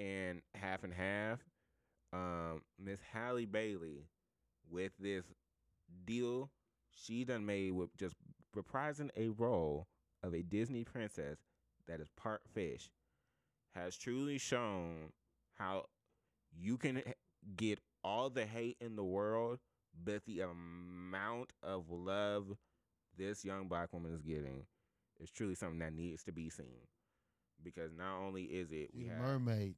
And half and half, um, Miss Halle Bailey with this deal she done made with just reprising a role of a Disney princess that is part fish has truly shown how you can h- get all the hate in the world, but the amount of love this young black woman is getting is truly something that needs to be seen. Because not only is it we
She's a
have
mermaid.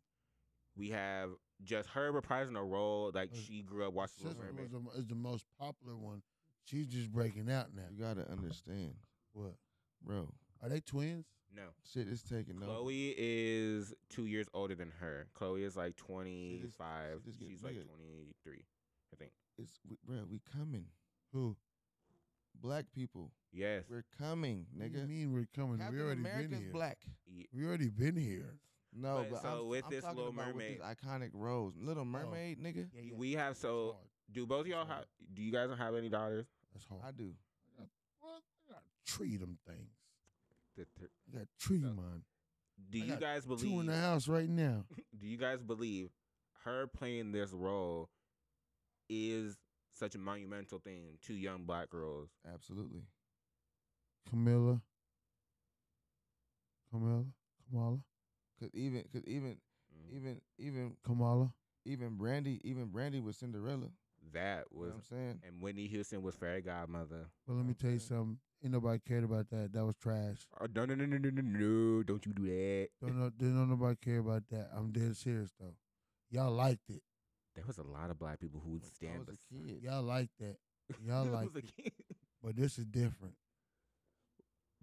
we have just her reprising a role like
Uh,
she grew up
Her
watching Little
sister
Mermaid.
was the, is the most popular one. She's just breaking out now.
You gotta understand,
What?
bro.
Are they twins?
No.
Shit is taking over.
Chloe is two years older than her. Chloe is like
She
twenty
just-
five.
she just get
She's like
bigger.
twenty three, I think.
It's we- bro, we coming.
Who?
Black people,
Yes.
we're coming,
What do you
nigga.
mean we're coming?
Captain
we already been
America's
here.
black.
Ye-
We already been here.
No,
But
but,
so
I'm,
with
I'm
this
talking
Little
about with these
Mermaid-
iconic roles, Little Mermaid, nigga.
Oh. Yeah, yeah.
We have so do both of y'all
It's
have do you guys have any daughters?
That's hard.
I do.
Well, I gotta tree them things.
The th-
I got tree
So,
mine.
Do
I
you
got
guys
Two in
believe
the house right now.
do you guys believe her playing this role is such a monumental thing to young black girls?
Absolutely.
Camilla. Camilla. Kamala.
Cause even, cause even,
Mm.
even, even,
Kamala.
even Brandy, even Brandy was Cinderella.
That
You know
was
what I'm saying?
and Whitney Houston was fairy godmother.
Well, let me tell you something. Ain't nobody cared about that. That was trash.
Oh, no, no, no, no, no, no, no, don't you do that.
Don't, know, don't nobody care about that. I'm dead serious though. Y'all liked it.
There was a lot of black people who would
I
stand
was a
beside-
kid.
Y'all liked that. Y'all
I
liked
was a
it.
kid.
But this is different.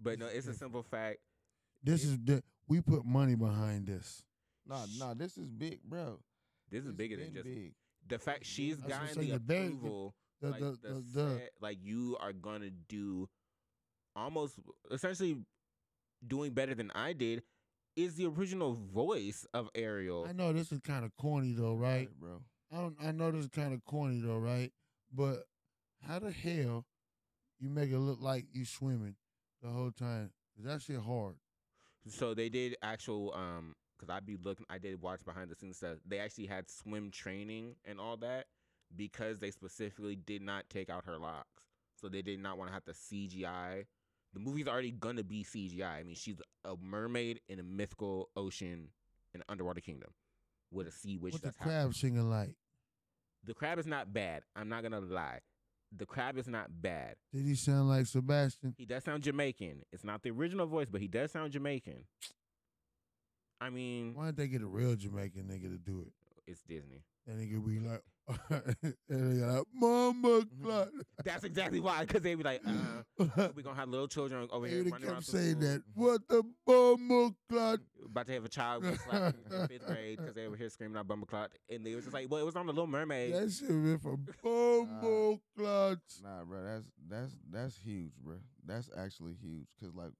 But no, it's a simple fact.
This is di- we put money behind this.
Nah, nah, this is big, bro.
This is
It's
bigger than
been
just
big.
the fact
I
she's
was gonna
gotten
say
the
the very- the-
approval.
The,
like,
the,
the
the, the-
set- like you are gonna do almost essentially doing better than I did is the original voice of Ariel.
I know this is kind of corny though, right?
Right, bro.
I don't, I know this is kind of corny though, right? But how the hell you make it look like you swimming the whole time? 'Cause that shit hard.
So they did actual um because I'd be looking I did watch behind the scenes stuff. They actually had swim training and all that because they specifically did not take out her locks. So they did not want to have to CGI. The movie's already gonna be CGI. I mean, she's a mermaid in a mythical ocean in an underwater kingdom with a sea witch
what the
that's
crab
happening.
singing like?
The crab is not bad. I'm not gonna lie. The crab is not bad.
Did he sound like Sebastian?
He does sound Jamaican. It's not the original voice, but he does sound Jamaican. I mean,
Why didn't they get a real Jamaican nigga to do it?
it's Disney.
That nigga be like, and they like, Mama Clock.
That's exactly why, because they be like, uh, we're gonna have little children over here
they
running around
kept
through
saying
school,
that. What the Mama Clock?
about to have a child get slapped in fifth grade because they were here screaming out Bumble Clot, and they was just like, well, it was on the Little Mermaid.
That shit went from Mama Clock.
Nah, bro. That's that's that's huge, bro. That's actually huge. Cause like,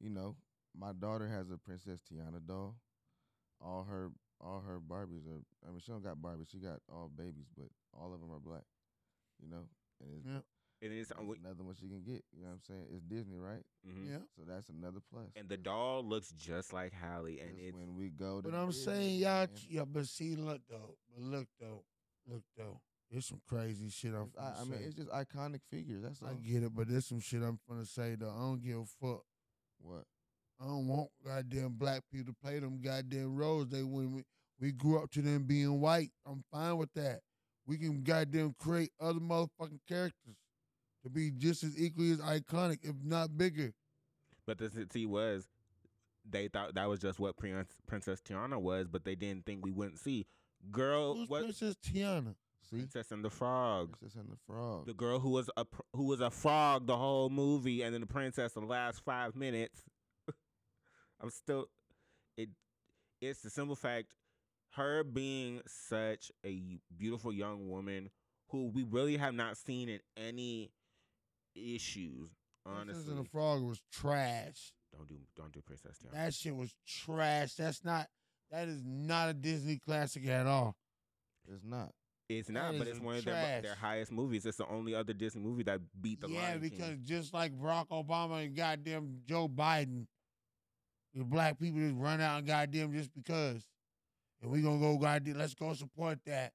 you know, my daughter has a Princess Tiana doll. All her all her Barbies are. I mean, she don't got Barbies. She got all babies, but all of them are black. You know, and it's,
Yeah,
And it's
that's another one she can get. You know what I'm saying? It's Disney, right?
mhm.
yeah.
So that's another plus.
And the
It's
doll looks just like Hallie,
just
and it's
when we go. To
But I'm
Disney,
saying, y'all,
man.
yeah, but see, look though, but look though, look though, there's some crazy shit I'm
It's- I,
finna
I
say.
mean, it's just iconic figures. That's all.
I get it, but there's some shit I'm finna say though. I don't give a fuck.
what?
I don't want goddamn black people to play them goddamn roles. They when we, we grew up to them being white. I'm fine with that. We can goddamn create other motherfucking characters to be just as equally as iconic, if not bigger.
But the city was, they thought that was just what Prince, Princess Tiana was, but they didn't think we wouldn't see. Girl,
Who's
what?
Princess Tiana?
See,
Princess and the Frog.
Princess and the Frog.
The girl who was a pr- who was a frog the whole movie, and then the princess the last five minutes. I'm still, it. It's the simple fact, her being such a beautiful young woman who we really have not seen in any issues.
Princess and
Honestly,
the Frog was trash.
don't do don't do princess Tiana.
That shit was trash. That's not. That is not a Disney classic at all.
It's not.
It's
that
not, but
is
it's one of their, their
trash.
highest movies. It's the only other Disney movie that beat the
yeah,
Lion King.
because just like Barack Obama and goddamn Joe Biden, the black people just run out and goddamn just because. And we gonna go goddamn let's go support that.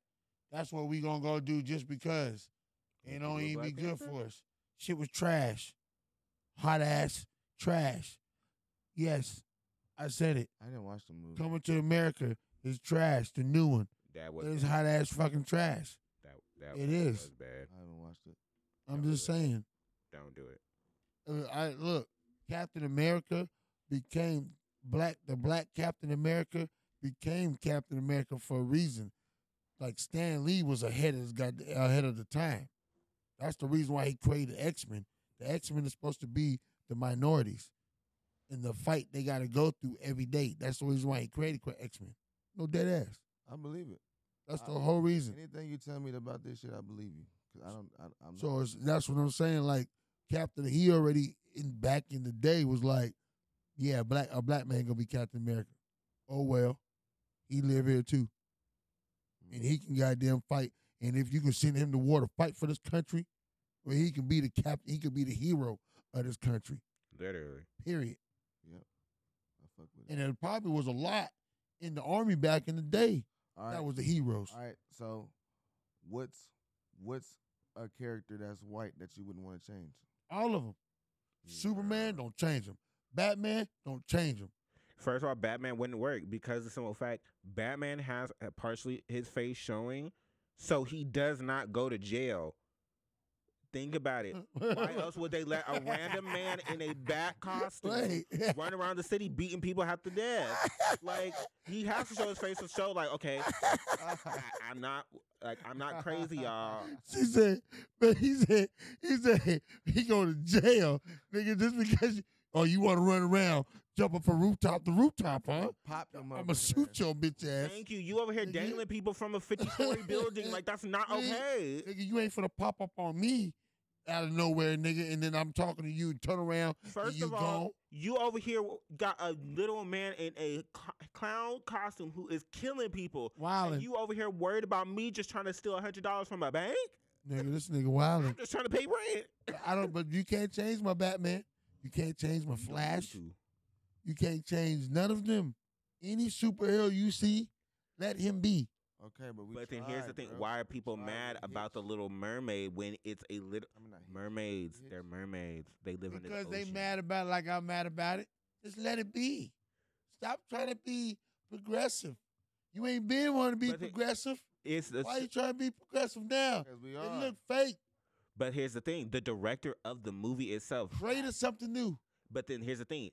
That's what we gonna go do just because. And it
Wanna
don't
do a
even be
Black
good
Panther?
for us. Shit was trash. Hot ass trash. Yes, I said it.
I didn't watch the movie.
Coming to America is trash, the new one.
that was
It is hot ass fucking trash.
that, that
It
was-
is.
was bad.
I haven't watched it.
I'm just saying.
Don't do it.
Uh, I look, Captain America became black. The black Captain America became Captain America for a reason. Like Stan Lee was ahead of his god, ahead of the time. That's the reason why he created X Men. The X Men is supposed to be the minorities and the fight they got to go through every day. That's the reason why he created X Men. No dead ass.
I believe it.
That's the whole reason.
Anything you tell me about this shit, I believe you. Cause I don't. I, I'm.
So it's, that's what I'm saying. Like Captain, he already in back in the day was like, yeah, black a black man gonna be Captain America. Oh well, he live here too, and he
Mm-hmm.
can goddamn fight. And if you can send him to war to fight for this country, well, he can be the captain. He could be the hero of this country.
Literally.
Period.
I fuck with it.
And it probably was a lot in the army back in the day.
All right.
That was the heroes.
All right. So, what's what's a character that's white that you wouldn't want to change?
All of them. Superman, don't change him. Batman, don't change him.
First of all, Batman wouldn't work because of the simple fact Batman has a partially his face showing, so he does not go to jail. Think about it. Why else would they let a random man in a bat costume
Wait.
run around the city beating people half to death? Like he has to show his face to show, like, okay, I, I'm not like I'm not crazy, y'all.
She said, but he said, he said, he go to jail, nigga, just because, you, oh, you want to run around, jump up from rooftop to rooftop, huh?
Pop them up.
I'm going to shoot your bitch ass.
Thank you. You over here
Nigga.
dangling people from a 50 story building. Like that's not
Nigga.
okay.
Nigga, you ain't finna pop up on me out of nowhere, nigga, and then I'm talking to you and turn around. and
First
you
of all,
gone.
you over here got a little man in a co- clown costume who is killing people.
Wildin'.
And you over here worried about me just trying to steal hundred dollars from my bank?
nigga, this nigga wildin'.
I'm just trying to pay rent.
I don't, but you can't change my Batman. You can't change my Flash. You can't change none of them. Any superhero you see, let him be.
Okay, but we.
But then here's the
tried,
thing:
bro.
Why are people
Tried,
mad
we
about the
hitched.
Little Mermaid when it's a little
I mean, not hitched.
mermaids?
Hitched.
They're mermaids. They live in
because
the
they
ocean.
mad about it like I'm mad about it. Just let it be. Stop trying to be progressive. You ain't been want to be
But it-
progressive.
It's a,
Why you trying to be progressive now?
Because we
It
are.
look fake.
but here's the thing: the director of the movie itself.
Create us something new.
But then here's the thing: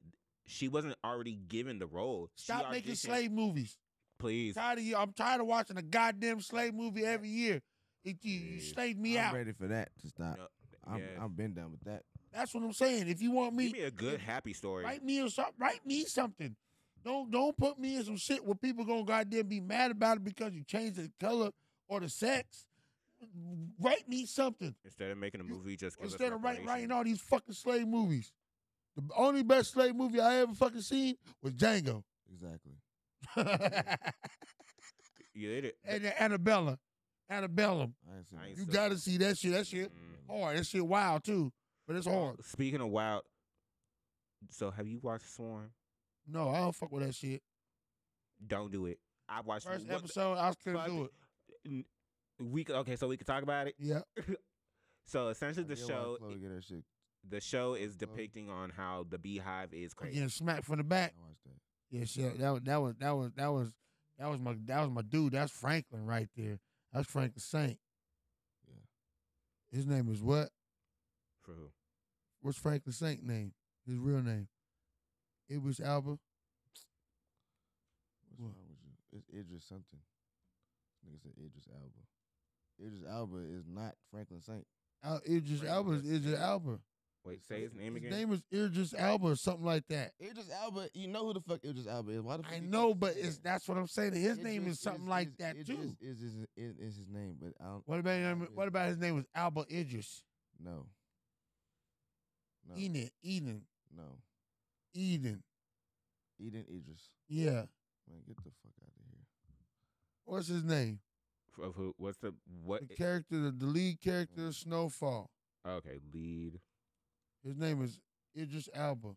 she wasn't already given the role. She
Stop making
auditioned-
slave movies.
Please,
Tired of you. I'm tired of watching a goddamn slave movie every year. It, you, you
Jeez.
slaved me
I'm
out.
ready for that to stop.
No,
I'm,
yes.
I'm been done with that.
That's what I'm saying. If you want
give
me,
me a good happy story.
write me or something. Write me something. Don't don't put me in some shit where people gonna goddamn be mad about it because you changed the color or the sex. Write me something
Instead of making a
You-
movie, just give us
instead of writing writing
reparations.
all these fucking slave movies. The only best slave movie I ever fucking seen was Django
Exactly.
and
You did it.
the Annabella, Annabellum.
I ain't seen
I
that.
ain't
You
So-
gotta see that shit. That shit
Mm.
hard. That shit wild too, but it's hard.
Speaking of wild, so have you watched Swarm?
No, I don't fuck with that shit.
Don't do it. I watched
First
what the-
episode, I couldn't
fuck?
do it.
N- We c- okay, so we could talk about it.
Yeah,
So essentially,
I
the
did watch
show
Chloe get her shit.
the show is
Chloe.
depicting on how the Beehive is
I'm
crazy.
getting smacked from the back.
I watched that.
Yeah, shit. That was that was that was that was that was my that was my dude. That's Franklin right there. That's Franklin Saint.
Yeah.
His name is what?
For who?
What's Franklin Saint name? His real name. It was Alba.
What's
What?
wrong with you? It's Idris something. Nigga said Idris Alba. Idris Alba is not Franklin Saint.
Al- Idris Alba is Idris Alba.
Wait, say his name
His
again.
name is Idris Alba or something like that.
Idris Alba, you know who the fuck Idris Alba is? Why the fuck
I
you
know,
keep
but
saying
it's
that?
that's what I'm saying. His name
Idris
is something like
is-
that
Idris
too.
Is his is, is his name? But I don't
What about him,
Idris.
what about his name was Alba Idris?
no. No,
Eden, Eden,
no,
Eden.
Eden Idris.
Yeah.
Man, get the fuck out of here.
What's his name?
Of who? What's the what?
The character, the, the lead character of Snowfall.
Okay, lead.
His name is Idris Alba.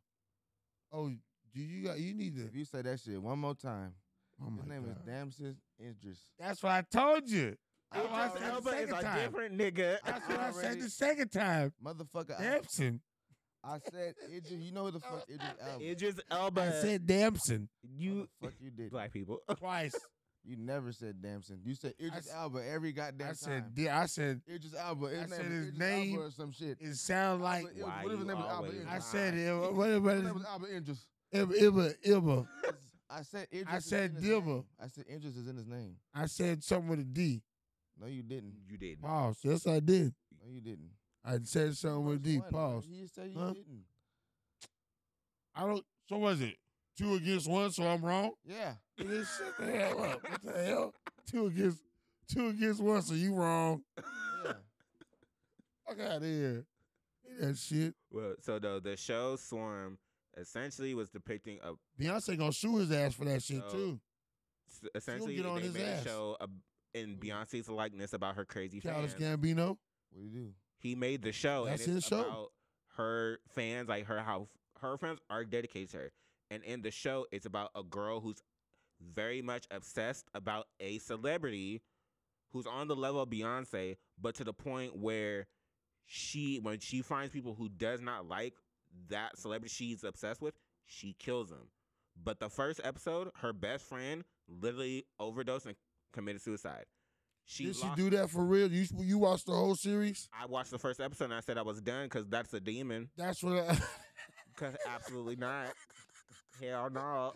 Oh, do you got you need to?
If you say that shit one more time,
Oh
his
my
name
God.
is Damson Idris.
That's what I told you. That's what I
Idris
said the second time.
different nigga.
That's what I said
already-
the second time.
Motherfucker, I,
Damson.
I said Idris. You know who the fuck Idris Alba?
Idris
I
Elba.
said Damson
you
you
fuck you did.
black people.
twice.
You never said Damson. You said Idris
s-
Alba every goddamn
I said.
time.
di- I said.
Idris Alba. His
I
name
said
was
his
Idris
name
Alba or some shit.
It sound like.
Alba, Idris-
Why
what if his
you
name was Alba
always
Idris?
I
lie?
said it.
His-
What
His name
about
was Alba Idris.
Iba Iba Iba?
I said Idris.
I
is
said
in his name.
Dilba.
I said Idris is in his name.
I said something with a D.
No, you didn't.
You did.
Pause. Yes, I did.
No, you didn't.
I said something with a
First
D.
one, bro.
Pause.
You said you
Huh?
didn't.
I don't. So was it two against one? So I'm wrong.
Yeah.
And then shut the hell up. What the hell? Two against two against one. So you wrong.
Yeah.
Fuck out of here. Ain't that shit.
Well, so though the show Swarm essentially was depicting a
Beyonce gonna sue his ass for that shit
So-
too.
s- essentially
get on
they
his
made
ass. Mm.
a show ab- in Beyonce's likeness about her crazy
Childish
fans.
Gambino.
What do you do?
He made the show.
That's
and
his
it's
show.
About her fans, like her how her fans are dedicated to her, and in the show, it's about a girl who's very much obsessed about a celebrity who's on the level of Beyonce, but to the point where she, when she finds people who does not like that celebrity she's obsessed with, she kills them. But the first episode, her best friend literally overdosed and committed suicide. She
Did she
lost-
do that for real? You you watched the whole series?
I watched the first episode and I said I was done because that's a demon.
That's what. I,
Because absolutely not. Hell no.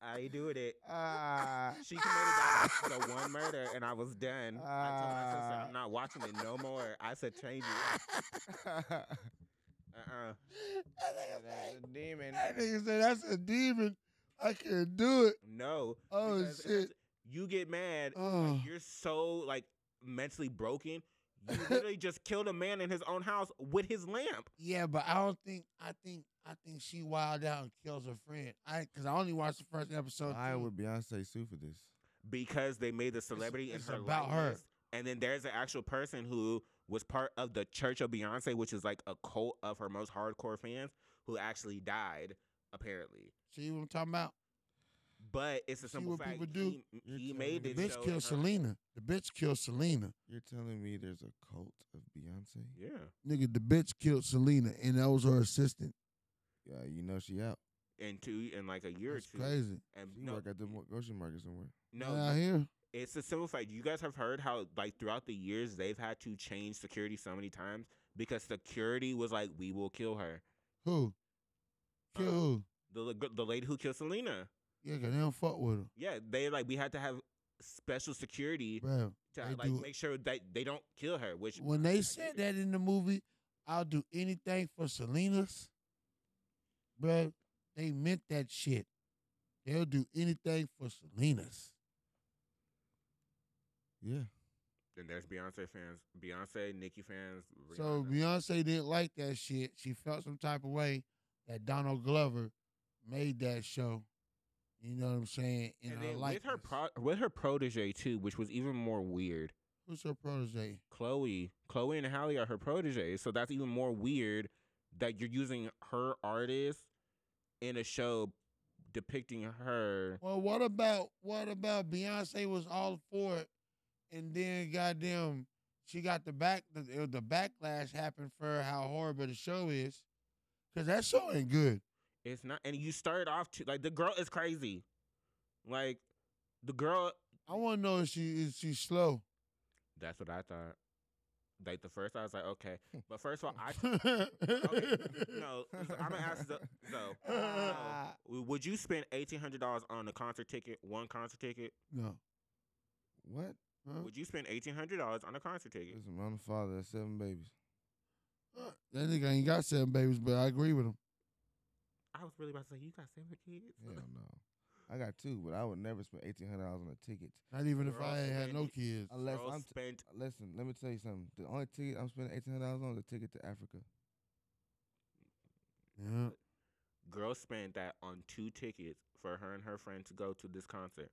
I ain't doing it.
Ah.
She committed that, the one murder and I was done. I told my sister
Ah.
I'm not watching it no more. I said change it. Uh-uh.
demon.
that nigga said that's a demon. I can't do it.
No.
Oh,
because
shit.
it's- You get mad.
Oh.
Like, you're so like mentally broken. You literally just killed a man in his own house with his lamp.
Yeah, but I don't think I think I think she wild out and kills her friend. I because I only watched the first episode.
Why
too.
would Beyonce sue for this?
because they made the celebrity
it's
in her
about her.
likeness. And then there's an actual person who was part of the Church of Beyonce, which is like a cult of her most hardcore fans, who actually died apparently.
See what I'm talking about?
But it's a
See
simple
what
fact
people do?
he, he
You're telling
made
The
it.
me.
bitch
so
killed
her-
Selena. The bitch killed Selena.
You're telling me there's a cult of Beyonce?
Yeah,
Nigga, the bitch killed Selena, and that was her assistant.
Yeah, you know she out.
in two in like a year
That's
or two.
crazy.
And
She
no,
work at the mo- grocery market somewhere.
Right
no,
out here.
it's a simple fact. You guys have heard how like throughout the years they've had to change security so many times because security was like, "We will kill her."
Who? Kill
Uh,
who?
The the lady who killed Selena.
Yeah, cause they don't fuck with her.
Yeah, they like we had to have special security
Bro,
to
they
like
do-
make sure that they don't kill her. Which
when they
I
said
get it.
that in the movie, I'll do anything for Selena's. Bro, they meant that shit. They'll do anything for Selena's.
Yeah.
then there's Beyonce fans, Beyonce, Nicki fans.
So
Rihanna.
Beyonce didn't like that shit. She felt some type of way that Donald Glover made that show. You know what I'm saying? In
and
her
then with
likeness.
her pro- with her protege too, which was even more weird.
Who's her protege?
Chloe, Chloe and Halle are her proteges, so that's even more weird that you're using her artist in a show depicting her.
Well, what about what about Beyonce was all for it, and then goddamn, she got the back the, uh, the backlash happened for how horrible the show is, because that show ain't good.
It's not, and you started off to like the girl is crazy, like the girl
I want to know if she is she slow.
That's what I thought. Like the first, I was like, okay. But first of all, I okay,
okay,
no. I'm gonna ask the so,
Ah.
so, w- would you spend eighteen hundred dollars on a concert ticket, one concert ticket?
no,
What?
Would you spend eighteen hundred dollars on a concert ticket?
Listen, I'm the father of seven babies.
Uh, That nigga ain't got seven babies, but I agree with him.
I was really about to say you got seven kids.
Hell no. I got two, but I would never spend eighteen hundred dollars on a ticket.
Not even if
Girl,
I ain't had no
man.
kids.
Unless
Bro
I'm t-
spent
listen, let me tell you something. The only ticket I'm spending eighteen hundred dollars on is a ticket to Africa.
Yeah.
girl spent that on two tickets for her and her friend to go to this concert.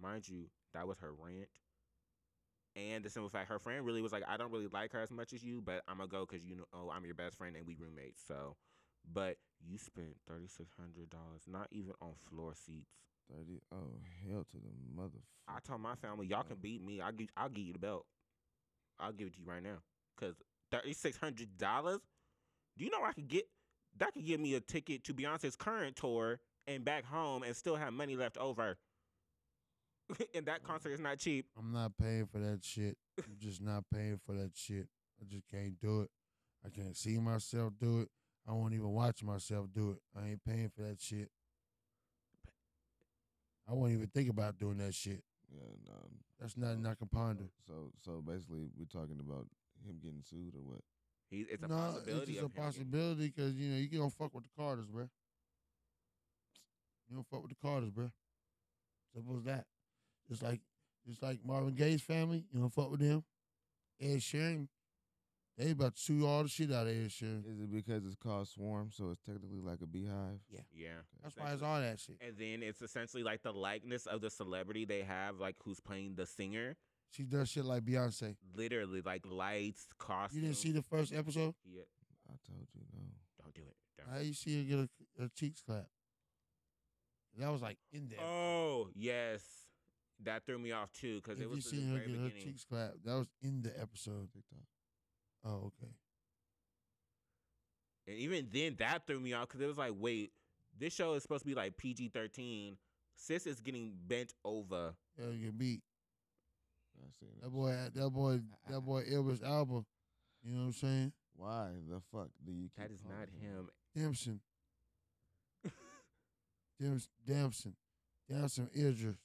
Mind you, that was her rent. And the simple fact, her friend really was like, I don't really like her as much as you, but I'm gonna go because you know oh, I'm your best friend and we roommates. So, but you spent thirty six hundred dollars, not even on floor seats.
Thirty oh hell to the motherfucker.
I told my family, y'all can beat me. I'll give, I'll give you the belt. I'll give it to you right now. Cause thirty six hundred dollars. Do you know I could get? That could give me a ticket to Beyonce's current tour and back home, and still have money left over. and that concert is not cheap.
I'm not paying for that shit. I'm just not paying for that shit. I just can't do it. I can't see myself do it. I won't even watch myself do it. I ain't paying for that shit. I won't even think about doing that shit.
Yeah, no.
That's nothing I can ponder.
So so basically we're talking about him getting sued or what?
He, it's a
Nah,
possibility.
It's just
of
a
him getting-
possibility because you know you don't fuck with the Carters, bruh. You don't fuck with the Carters, bruh. Simple as that. It's like it's like Marvin Gaye's family. You don't fuck with them. Ed Sheeran, they about to sue all the shit out of Ed Sheeran.
Is it because it's called swarm, so it's technically like a beehive?
Yeah.
That's why it's all that shit.
And then it's essentially like the likeness of the celebrity they have, like who's playing the singer.
She does shit like Beyonce.
Literally, like lights, costume.
You didn't see the first episode?
Yeah.
I told you no.
Don't do it. Don't.
How you see her get her, her cheeks clapped? That was like in there.
Oh yes, that threw me off too because
if
it
you
was the
seen her
very
get her
beginning.
cheeks clapped, that was in the episode.
TikTok.
Oh, okay.
and even then, that threw me off because it was like, wait, this show is supposed to be like PG thirteen. Sis is getting bent over.
Yeah, you get beat.
I seen
That boy, that boy, that boy, Elvis Alba. You know what I'm saying?
Why the fuck do you keep
That is
calling
not him.
Dempson. Dems, Dempson. Dempson Idris.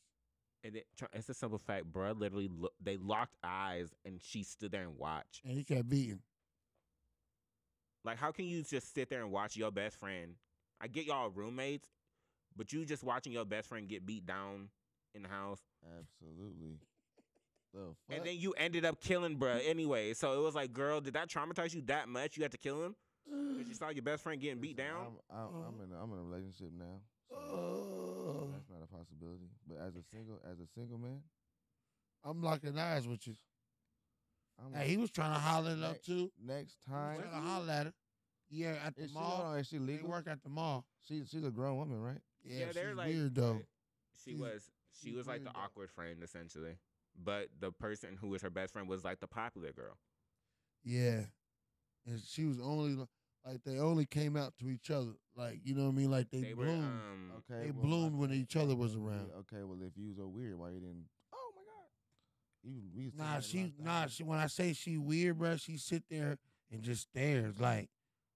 And it, tr- it's a simple fact, bro. Literally, lo- they locked eyes and she stood there and watched.
And he got beaten.
Like, how can you just sit there and watch your best friend? I get y'all roommates, but you just watching your best friend get beat down in the house.
Absolutely. The fuck?
And then you ended up killing bruh anyway. So it was like, girl, did that traumatize you that much? You had to kill him? Because you saw your best friend getting beat
Listen,
down?
I'm, I'm, I'm in a, I'm in a relationship now. So
Oh.
that's not a possibility. But as a single as a single man,
I'm locking eyes with you.
I'm
Hey, he was trying to holler it
Hey,
up too.
next
He was
time.
trying to holler at her. Yeah, at the
Is she, hold
mall.
on, is she
They
legal?
work at the mall.
She she's a grown woman, right?
Yeah,
Yeah, they're
she's
like-
weird though.
She
She's-
was she
she's
was like the
weird, though.
awkward friend essentially. But the person who was her best friend was like the popular girl.
Yeah. And she was only li- like they only came out to each other. Like, you know what I mean? Like they,
They were
bloomed.
um
Okay.
they
well,
bloomed
my
when
bad.
each other was
Yeah,
around.
okay, well if you was a weird, why you didn't? Oh my god. You we used to
Nah,
have
she
locked
nah,
eyes.
she when I say she weird, bruh, she sit there and just stares like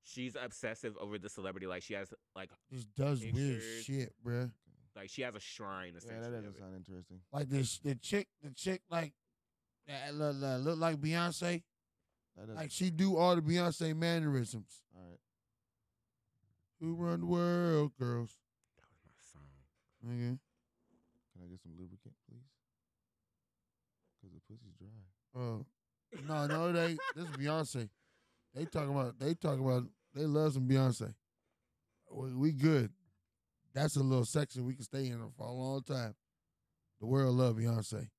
she's obsessive over the celebrity. Like she has like
just does weird
Pictures.
shit, bruh.
like she has a shrine
Yeah, that
essentially. of
doesn't
it.
sound interesting.
Like this the chick the chick like that look, that look like Beyonce.
That doesn't.
Like she do all the Beyonce mannerisms.
all right.
Who run the world, girls?
That was my song.
Nigga.
Can I get some lubricant, please? Cause the pussy's dry.
Oh. No, no, they this is Beyonce. They talking about they talking about they love some Beyonce. We, we good. That's a little section we can stay in for a long time. The world love Beyonce.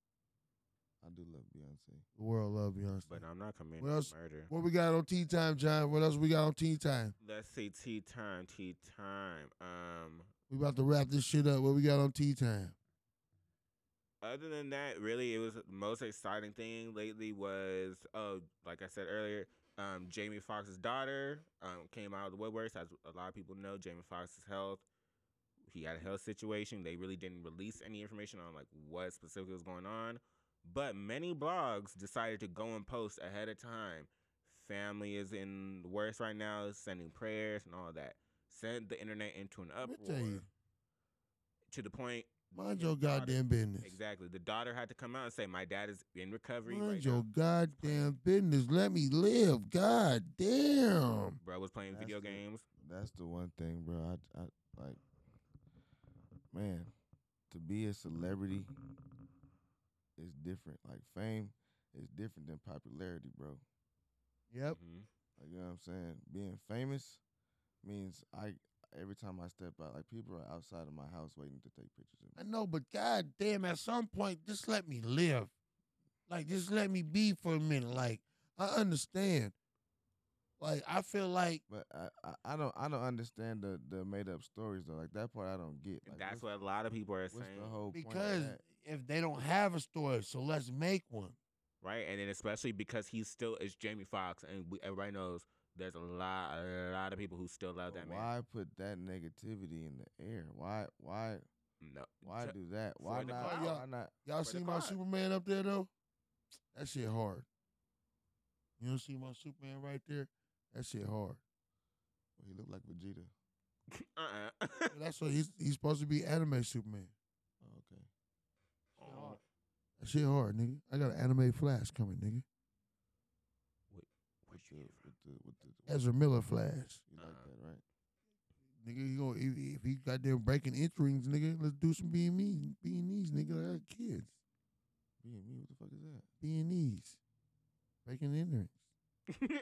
I do love Beyonce.
The world love Beyonce.
But uh, I'm not committing
What else?
murder.
What we got on tea time, John? What else we got on tea time?
Let's see tea time, tea time. Um
We about to wrap this shit up. What we got on tea time?
other than that, really, it was the most exciting thing lately was oh, like I said earlier, um, Jamie Foxx's daughter um, came out of the woodworks. As a lot of people know, Jamie Foxx's health, he had a health situation. They really didn't release any information on like what specifically was going on, but many blogs decided to go and post ahead of time. Family is in the worst right now, sending prayers and all that. Sent the internet into an
me
uproar
tell you.
to the point
Mind your goddamn business.
Exactly. The daughter had to come out and say, "My dad is in recovery."
Mind
Right
your
now.
goddamn business. Let me live. God damn.
Bro was playing
That's
video
the-
games.
That's the one thing, bro. I, I like, man, to be a celebrity is different. Like fame is different than popularity, bro.
Yep.
Mhm.
Like you know what I'm saying. Being famous means I every time I step out, like people are outside of my house waiting to take pictures of me.
I know, but god damn, at some point, just let me live. Like, just let me be for a minute. Like, I understand. Like, I feel like
But I, I, I don't I don't understand the the made up stories though. Like that part I don't get. Like, what's,
That's what a lot of people are
what's
saying.
the whole point of
because
that?
if they don't have a story, so let's make one.
right? And then especially because he's still is Jamie Foxx, and we, everybody knows there's a lot, a lot of people who still love
But
that man.
why put that negativity in the air? Why why
No,
why
Ju-
do that? Why
for the
not?
clout.
Why not?
Y'all
For the
see my
clout.
Superman up there though? That shit hard. You don't see my Superman right there? That shit hard.
Well, he looked like Vegeta.
uh-uh.
That's what he's he's supposed to be anime Superman.
Oh, okay.
Oh,
That shit hard, nigga. I got an anime flash coming, nigga.
what
With
you-
the with the with the
Ezra Miller flash.
you like
Uh-uh.
that, right?
Nigga, he gonna if, if he got there breaking intrings, nigga, let's do some being me, being these, nigga. I got kids,
Me and me, what the fuck is that?
being these, breaking intrings.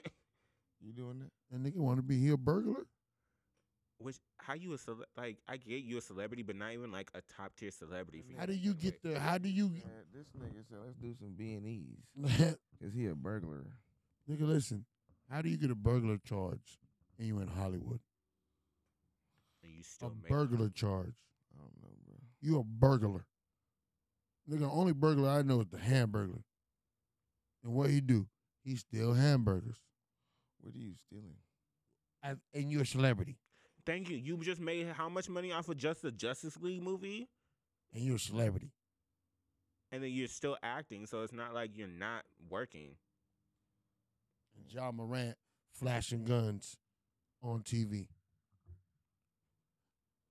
You doing that?
And nigga want to be here burglar?
Which how you a cele- like? I get you a celebrity, but not even like a top tier celebrity. for
How do you get there? How do you,
Man, this nigga said, let's do some B and E's.
nigga?
Is he a burglar?
Listen, how do you get a burglar charge? And you in Hollywood?
And you still
A
make
burglar charge?
I don't know, bro.
You a burglar? Nigga, the only burglar I know is the hamburger. And what he do? He steal hamburgers.
What are you stealing?
And, and you're a celebrity.
Thank you. You just made how much money off of just the Justice League movie,
And you're a celebrity.
and then you're still acting. So it's not like you're not working.
and John Morant flashing guns on TV.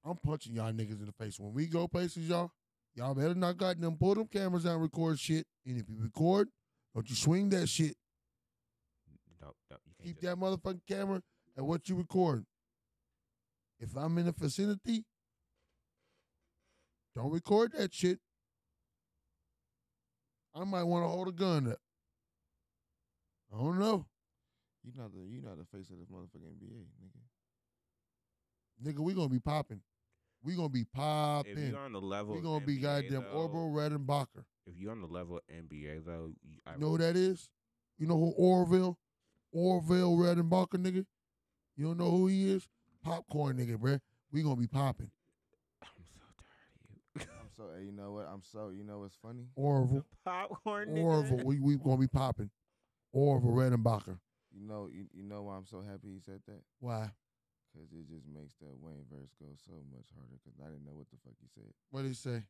I'm punching y'all niggas in the face. When we go places, y'all, y'all better not got them pull them cameras out and record shit. And if you record, don't you swing that shit.
No, no, you can't
Keep
do that.
that motherfucking camera at what you record. If I'm in the vicinity, don't record that shit. I might want to hold a gun up. I don't know.
You not the you not the face of this motherfucking NBA, nigga.
Nigga, we gonna be popping. We gonna be popping.
If you're on the level,
We
of
gonna be
NBA,
goddamn
though,
Orville Redenbacher.
If you're on the level of NBA though, you- I
You know who that is? You know who Orville? Orville Redenbacher, nigga. You don't know who he is? Popcorn, nigga, bruh. We gonna be popping.
I'm so tired
I'm so hey, you know what? I'm so you know what's funny?
of you.
Orville,
Popcorn. nigga.
Orville. We we gonna be popping. Orville Redenbacher.
You know you, you know why I'm so happy he said that?
Why?
Cause it just makes that Wayne verse go so much harder. Cause I didn't know what the fuck he said.
What did he say?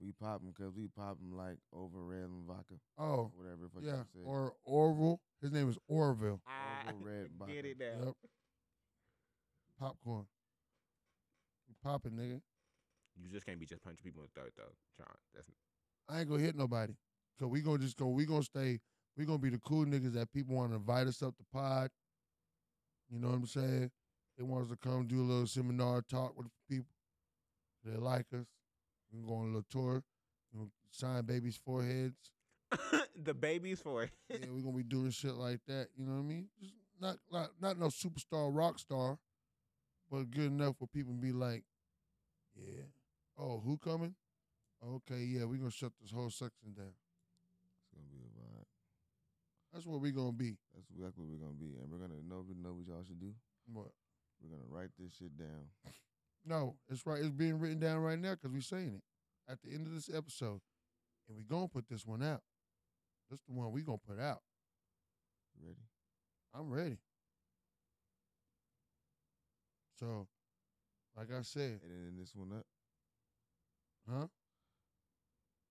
We pop him cause we pop him like over red and vodka or
Oh,
whatever the fuck
yeah.
you said.
Or Orville. His name is Orville.
I
Orville Redenbacher.
Ah, get it now.
Yep. Popcorn. We popping, nigga.
You just can't be just punching people in the throat though, John. That's
I ain't gonna hit nobody. Cause we gonna just go. We gonna stay. We gonna be the cool niggas that people want to invite us up the pod. You know what I'm saying? They want us to come do a little seminar talk with people. They like us. We can go on a little tour. You know, sign babies' foreheads.
the babies for it.
yeah, we gonna be doing shit like that. You know what I mean? Just not not not no superstar rock star, but good enough for people to be like, yeah. Oh, who coming? Okay, yeah, we gonna shut this whole section down.
It's gonna be a vibe.
That's where we gonna be.
That's exactly what we're gonna be. And we're gonna know we know what y'all should do.
What?
We're gonna write this shit down.
No, it's right. It's being written down right now because we're saying it at the end of this episode, and we gonna put this one out. That's the one we gonna put out.
You ready?
I'm ready. So, like I said,
And then this one up.
huh?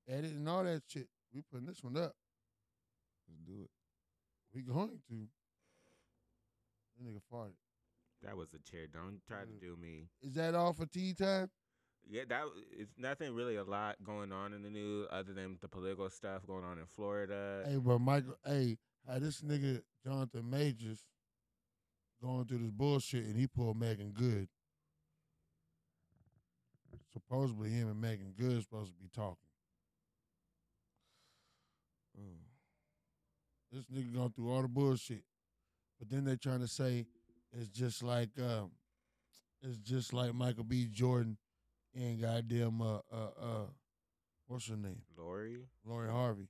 Edit and all that shit. We putting this one up.
Let's do it.
We going to. That nigga farted.
That was the chair. Don't try to
Mm.
do me.
Is that all for tea time?
Yeah, that it's nothing really a lot going on in the news other than the political stuff going on in Florida.
Hey, but Michael, hey, how this nigga Jonathan Majors going through this bullshit and he pulled Megan Good. Supposedly him and Megan Good supposed to be talking. This nigga going through all the bullshit. But then they trying to say it's just like um, it's just like Michael B. Jordan and goddamn uh uh uh what's her name?
Lori,
Lori Harvey.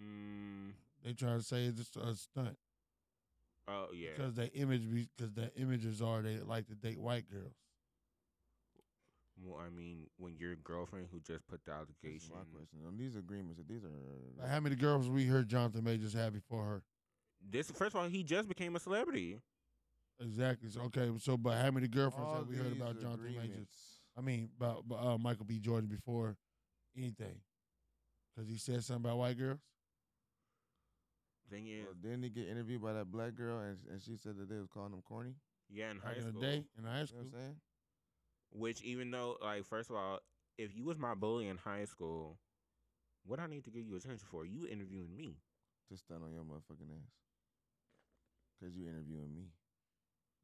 mm,
They trying to say it's just a stunt.
oh yeah,
because their image because their images are they like to date white girls.
well, I mean, when your girlfriend who just put the
This is
allegation,
my question. On these agreements, these are
Like, how many girls we heard Jonathan Majors had before her?
this first of all, he just became a celebrity.
Exactly. So, okay. So, but how many girlfriends
All
have we heard
these
about Jonathan Majors?
agreements.
I mean, about, about uh, Michael B. Jordan before anything, because he said something about white girls.
Thing is,
Well, didn't he get interviewed by that black girl and, and she said that they was calling him corny?
yeah, in
Back
high
in the
school,
day, in high
You know what
school.
I'm saying?
which even though, like, first of all, if you was my bully in high school, what I need to give you attention for? You interviewing me?
To stun on your motherfucking ass. Cause you interviewing me.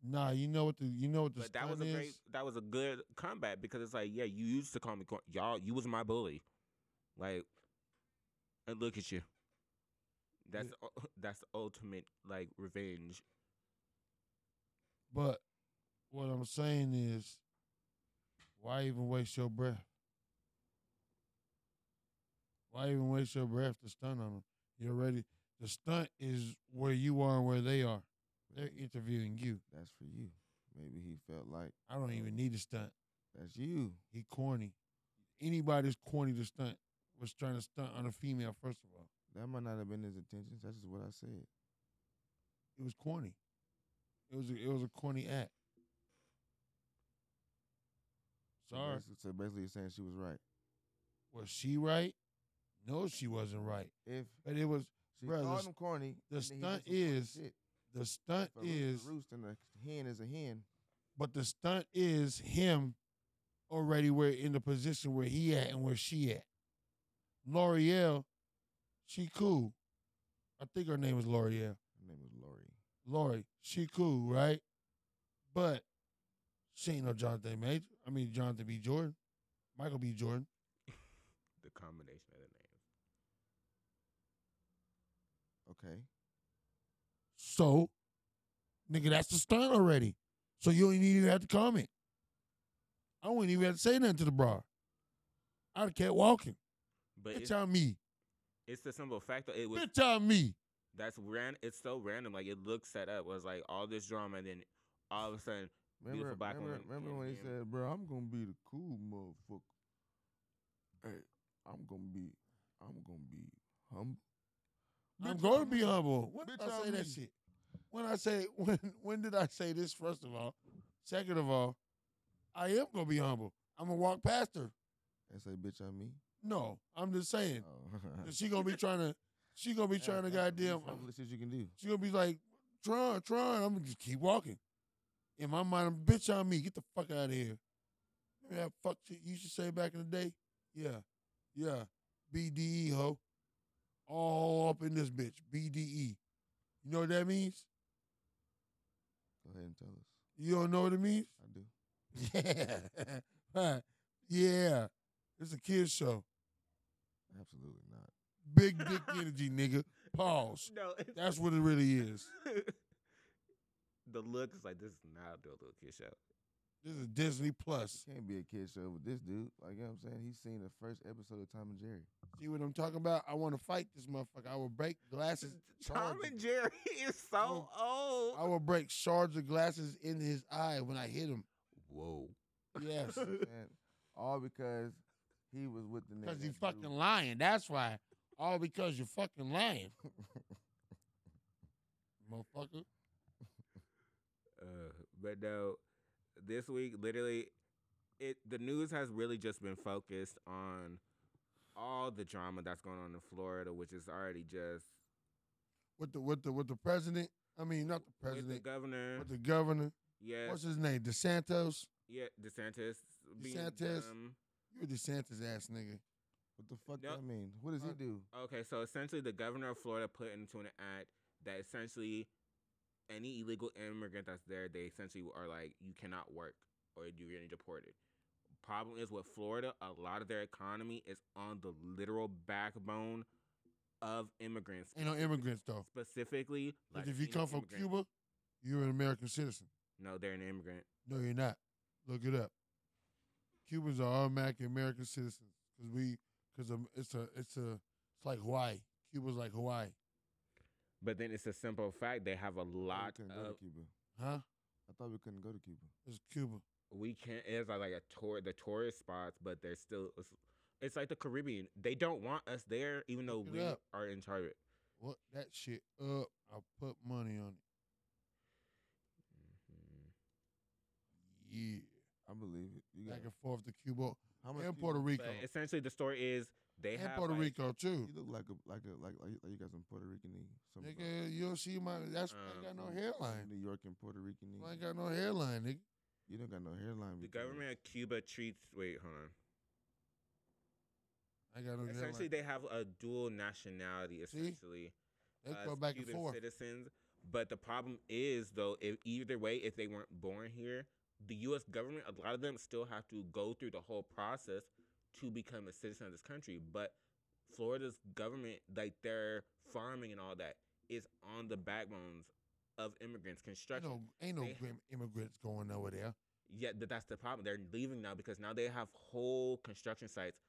Nah, you know what the you know what the
but that was a
stunt
great,
is?
that was a good comeback because it's like, yeah, you used to call me corn- y'all. You was my bully, like, and look at you. That's the, that's the ultimate like revenge.
But what I'm saying is, why even waste your breath? Why even waste your breath to stunt on them? You're ready. The stunt is where you are and where they are. They're interviewing you.
That's for you. Maybe he felt like
I don't even need a stunt.
that's you.
He corny. Anybody's corny to stunt was trying to stunt on a female. First of all,
That might not have been his intentions. That's just what I said.
it was corny. It was a, it was a corny act.
So
Sorry.
basically- So basically, you're saying she was right.
Was she right? No, she wasn't right.
If
But it was
she
Bruh, the
called
st-
him corny,
the
and then he did
stunt
some corny
is-
shit.
the stunt
If a rooster
is,
roost and a hen is a hen.
but the stunt is him already where in the position where he at and where she at. L'Oreal, she cool. I think her name is L'Oreal.
Her name was Lori.
Lori, she cool, right? But she ain't no Jonathan Major. I mean Jonathan B. Jordan, Michael B. Jordan.
The combination of the names.
Okay.
So, nigga, that's the stunt already. So you ain't even have to comment. I wouldn't even have to say nothing to the bra. I'd have kept walking.
But
Bitch
it's,
on me.
it's the simple fact that it was
Bitch on me.
that's ran. It's so random. Like it looks set up. It was like all this drama, and then all of a sudden,
Remember,
Beautiful black
remember,
woman,
remember
you know
when he
what I mean?
said, "Bro, I'm gonna be the cool motherfucker. Hey, I'm gonna be, I'm gonna be humble.
I'm
Bitch,
going to
I'm
be
me.
humble. When did
Bitch,
I say
I'm
that
me.
shit? When I say when when did I say this? First of all, second of all, I am gonna be humble. I'm gonna walk past her.
And say, bitch, on me.
No, I'm just saying
Oh.
that she gonna be trying to. She gonna be trying to
That's the least
goddamn.
humblest shit you can do.
She gonna be like, Tron, Tron. I'm gonna just keep walking. In my mind, I'm bitch on me. Get the fuck out of here. Remember that fuck shit you used to say back in the day? Yeah, yeah. BDE ho, all up in this bitch. BDE. You know what that means?
Go ahead and tell us.
You don't know what it means?
I do.
Yeah, Huh. yeah. It's a kids show.
Absolutely not.
Big dick energy, nigga. Pause.
no, it's,
That's what it really is.
the look is like this is not the little kid show.
This is Disney Plus.
Can't be a kid show with this dude. Like you know what I'm saying? He's seen the first episode of Tom and Jerry.
See what I'm talking about? I want to fight this motherfucker. I will break glasses.
Tom
shards-
and Jerry is so
I
old.
will break shards of glasses in his eye when I hit him.
Whoa.
Yes.
And all because he was with the nigga.
Because he
that
fucking
drew-
lying. That's why. All because you're fucking lying. Motherfucker.
Uh, but no, this week literally, it the news has really just been focused on all the drama that's going on in Florida, which is already just
With the with the with the president. I mean not the
with the
president.
governor.
With the governor.
yeah,
What's his name? DeSantos.
yeah, DeSantis being
DeSantis.
dumb.
You a DeSantis ass nigga.
What the fuck
Yep.
that mean? What does he do?
Okay, so essentially, the governor of Florida put into an act that essentially any illegal immigrant that's there, they essentially are like, you cannot work or you're getting deported. Problem is with Florida, a lot of their economy is on the literal backbone of immigrants,
Ain't no immigrants though.
specifically.
But if you
Latino
come from
immigrants.
Cuba, you're an American citizen.
no, they're an immigrant.
No, you're not. Look it up. Cubans are automatic American citizens because we because it's a it's a it's like Hawaii. Cuba's like Hawaii,
But then it's a simple fact they have a lot
we couldn't go
of
to Cuba.
huh?
I thought we couldn't go to Cuba.
It's Cuba.
we can't it's like a tour the tourist spots but they're still it's, it's like the caribbean they don't want us there even though
Look it
we
up.
are in charge of it.
What that shit up? I put money on it. Yeah,
I believe it. You
back
got
and forth to Cuba
how much?
and
you-
Puerto Rico
but essentially the story is they
and
have
Puerto
like-
Rico too.
You look like a like a like like you- like you got some Puerto Rican in you. Some
Nigga, you don't see my. That's why I ain't got no
Uh-huh.
hairline.
New York and Puerto Rican in
I ain't
you.
got no hairline, nigga.
You don't got no hairline.
the
because-
government of cuba treats wait hold on
I ain't got no hairline.
essentially they have a dual nationality essentially
They
us
go back and
uh, Cuban
forth.
citizens but the problem is though if either way if they weren't born here the us government a lot of them still have to go through the whole process to become a citizen of this country but florida's government like their farming and all that is on the backbones of immigrants
Ain't
construction
no, ain't no
They-
grim immigrants going over there.
yet th- that's the problem. They're leaving now because now they have whole construction sites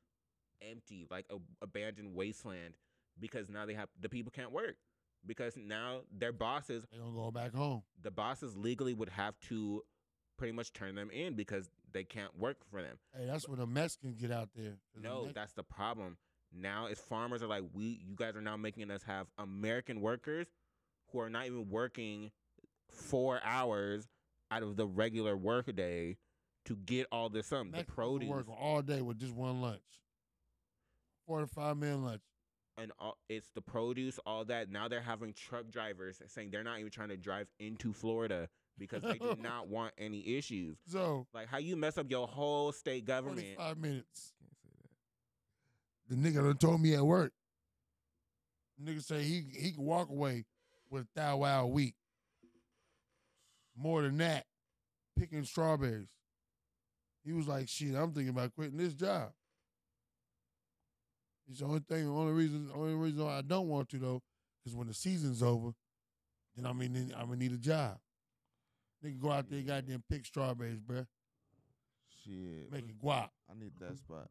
empty, like a, abandoned wasteland, because now they have the people can't work because now their bosses,
They gonna go back home.
the bosses legally would have to pretty much turn them in because they can't work for them.
Hey, that's when the Mexicans get out there. 'Cause the
No,
Mex-
that's the problem. Now it's farmers are like we you guys are now making us have American workers who are not even working four hours out of the regular work day to get all this something. The
Mexicans
produce
work all day with just one lunch, forty-five minute lunch.
and all, it's the produce, all that. Now they're having truck drivers saying they're not even trying to drive into Florida because they do not want any issues.
So
Like how you mess up your whole state government.
forty-five minutes.
Can't say that.
The nigga done told me at work. Nigga say he he can walk away with a thou wow a week. More than that, picking strawberries. He was like, shit, I'm thinking about quitting this job. It's the only thing, the only reason, the only reason why I don't want to though, is when the season's over, then I mean I'm gonna need a job. Nigga go out there, goddamn pick strawberries, bruh.
Shit.
Making guap,
I need that spot.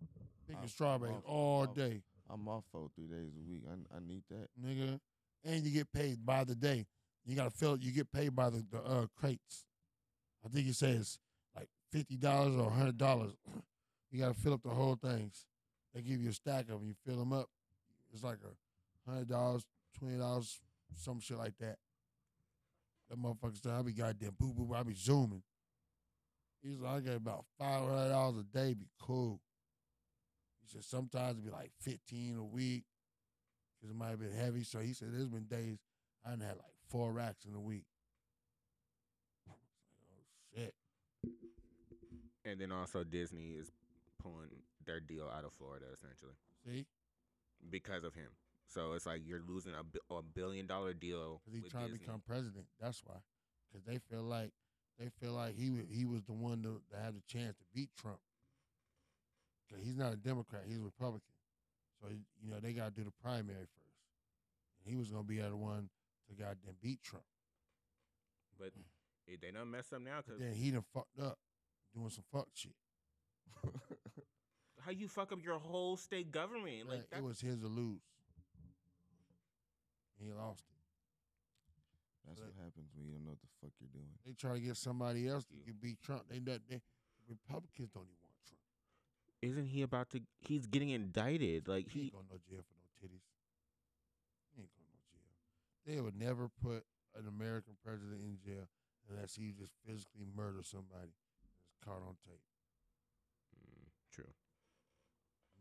picking
I'm
strawberries
off-
all
off-
day.
I'm off for three days a week. I I need that.
nigga. And you get paid by the day. You gotta fill. You get paid by the, the uh, crates. I think it says like fifty dollars or hundred dollars. you gotta fill up the whole things. They give you a stack of them. You fill them up. It's like a hundred dollars, twenty dollars, some shit like that. That motherfucker said, "I be goddamn boo boo. I be zooming." He's like, "I get about five hundred dollars a day. Be cool." He said, "Sometimes it be like fifteen a week." because it might have been heavy. So he said, there's been days I done had like four racks in a week. It's like, oh, shit.
And then also Disney is pulling their deal out of Florida essentially
See?
because of him. So it's like you're losing a, bi- a billion dollar deal.
Because he
with
trying to
Disney.
become president. That's why. Because they feel like they feel like he was, he was the one to, that had the chance to beat Trump. Because he's not a Democrat. He's a Republican. So, he- you know, they got to do the primary first. And he was going to be the other one to goddamn beat Trump.
But it, they done messed up now
But
because
then he done fucked up doing some fuck shit.
how you fuck up your whole state government? Like
Like,
that,
it was his to lose. He lost it.
That's
But-
what happens when you don't know what the fuck you're doing.
They try to get somebody else to get beat Trump. They, not, they Republicans don't even want Trump.
isn't he about to? He's getting indicted. Like
He
he
ain't going to no jail for no titties. He ain't going to no jail. They would never put an American president in jail unless he just physically murdered somebody that's caught on tape.
Mm, true.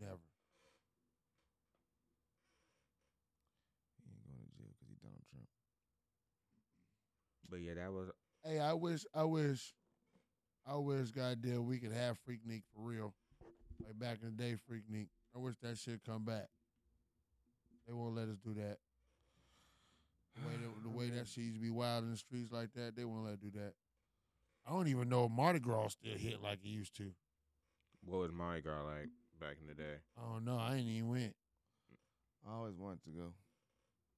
Never.
He ain't going to jail because he Donald Trump.
But yeah, that was
Hey, I wish, I wish, I wish goddamn we could have Freaknik for real. Like back in the day, Freaknik. I wish that shit come back. They won't let us do that. The way that, the way that shit used to be wild in the streets like that, they won't let us do that. I don't even know if Mardi Gras still hit like it used to.
What was my girl like back in the day?
I don't know. I ain't even went.
I always wanted to go.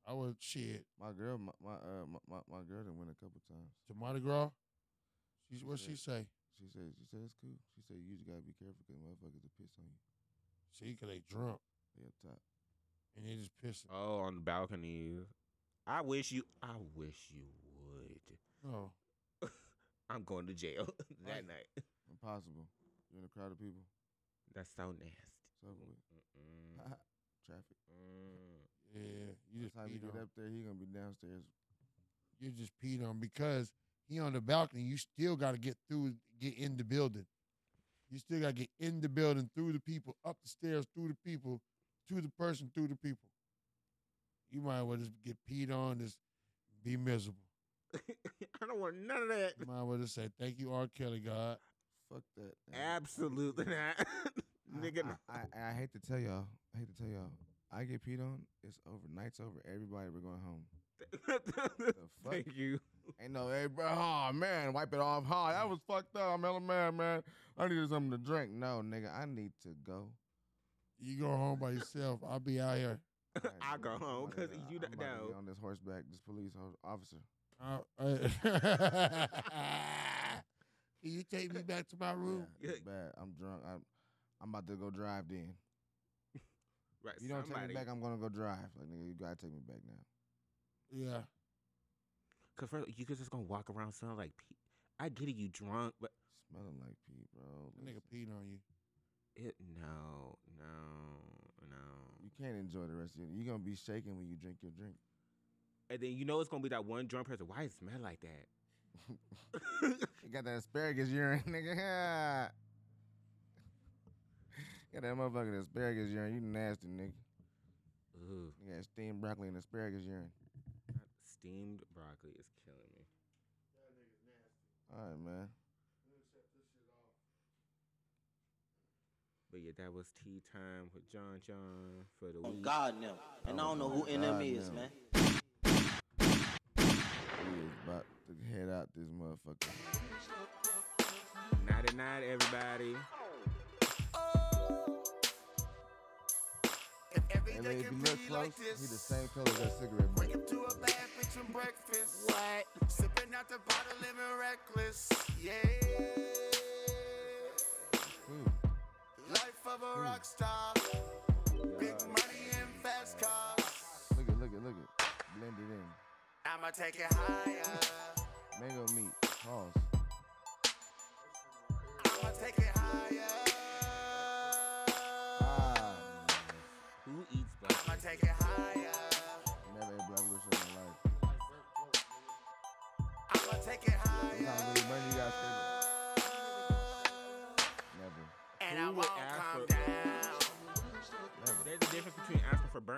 I was shit
My girl, my my uh, my, my, my girl done went a couple times.
to Mardi Gras. She what she say?
She said she said it's cool. She said you just gotta be careful because motherfuckers will piss on you.
See, cause they drunk
They up top.
and they just pissing.
Oh, on the balcony. I wish you. I wish you would.
Oh,
I'm going to jail that
Right.
night.
Impossible. You're in a crowd of people.
That's so nasty.
So with
Mm,
traffic.
mm.
Mm-hmm. yeah, you
By
just
the time you
peed
get
on.
up there, he gonna be downstairs.
You just peed on because he on the balcony. You still got to get through, get in the building. You still got to get in the building through the people, up the stairs, through the people, to the person, through the people. You might as well just get peed on, just be miserable.
I don't want none of that.
You might as well just say, "Thank you, R. Kelly, God."
Fuck that. man.
Absolutely not. Nigga, no.
I, I, I, I hate to tell y'all. I hate to tell y'all. I get peed on. It's over. Night's over. Everybody, we're going home. fuck?
Thank you.
Ain't no, hey, bro, oh, man, wipe it off. Hard. That was fucked up. I'm hella mad, man. I needed something to drink. No, nigga, I need to go.
You go home by yourself. I'll be out here.
I'll go home, 'cause
I'm about to- I'm
you don't
about to be
know.
On this horseback, this police ho- officer.
Uh, uh, Can you take me back to my
Yeah,
room?
it's bad. I'm drunk. I'm, I'm about to go drive then.
Right,
If you don't
somebody.
take me back, I'm gonna go drive. Like nigga, you gotta take me back now.
Yeah.
Cause first, you could just gonna walk around sounding like, pe- I get it, you drunk, but
Smelling like pee, bro.
That nigga
Listen,
peed on you.
it no, no, no.
You can't enjoy the rest of it. You're gonna be shaking when you drink your drink.
And then you know it's gonna be that one drunk person. Why it smell like that?
You got that asparagus urine, nigga. got that motherfucking asparagus urine. You nasty, nigga.
Ooh,
You got steamed broccoli and asparagus urine.
steamed broccoli is killing me.
All right, man.
But yeah, that was tea time with John John for the
On
week.
God and them. And I don't know who in them
God
is,
and them.
man.
We is about to head out this motherfucker.
Nighty night, everybody.
If every
And
day
if you
can
look
be
close,
like
he the
this,
same color as that cigarette butt.
wake up to a bad bitch and breakfast. What? Sipping out the bottle, living reckless. Yeah.
Ooh.
Life of
Hmm.
a rock star. Big money and fast cars.
Look at, look at, look at. Blend it in.
I'ma take it higher.
Mango meat. Pause.
I'ma take it higher.
Ah,
Who eats
I'ma
broccoli?
take it higher.
man. never ate black wish in my life.
I'ma take it
You know how
higher.
many money you got spent? Never.
And I
Who would
won't
ask
calm
for-
down.
Never.
There's a difference between asking for burnt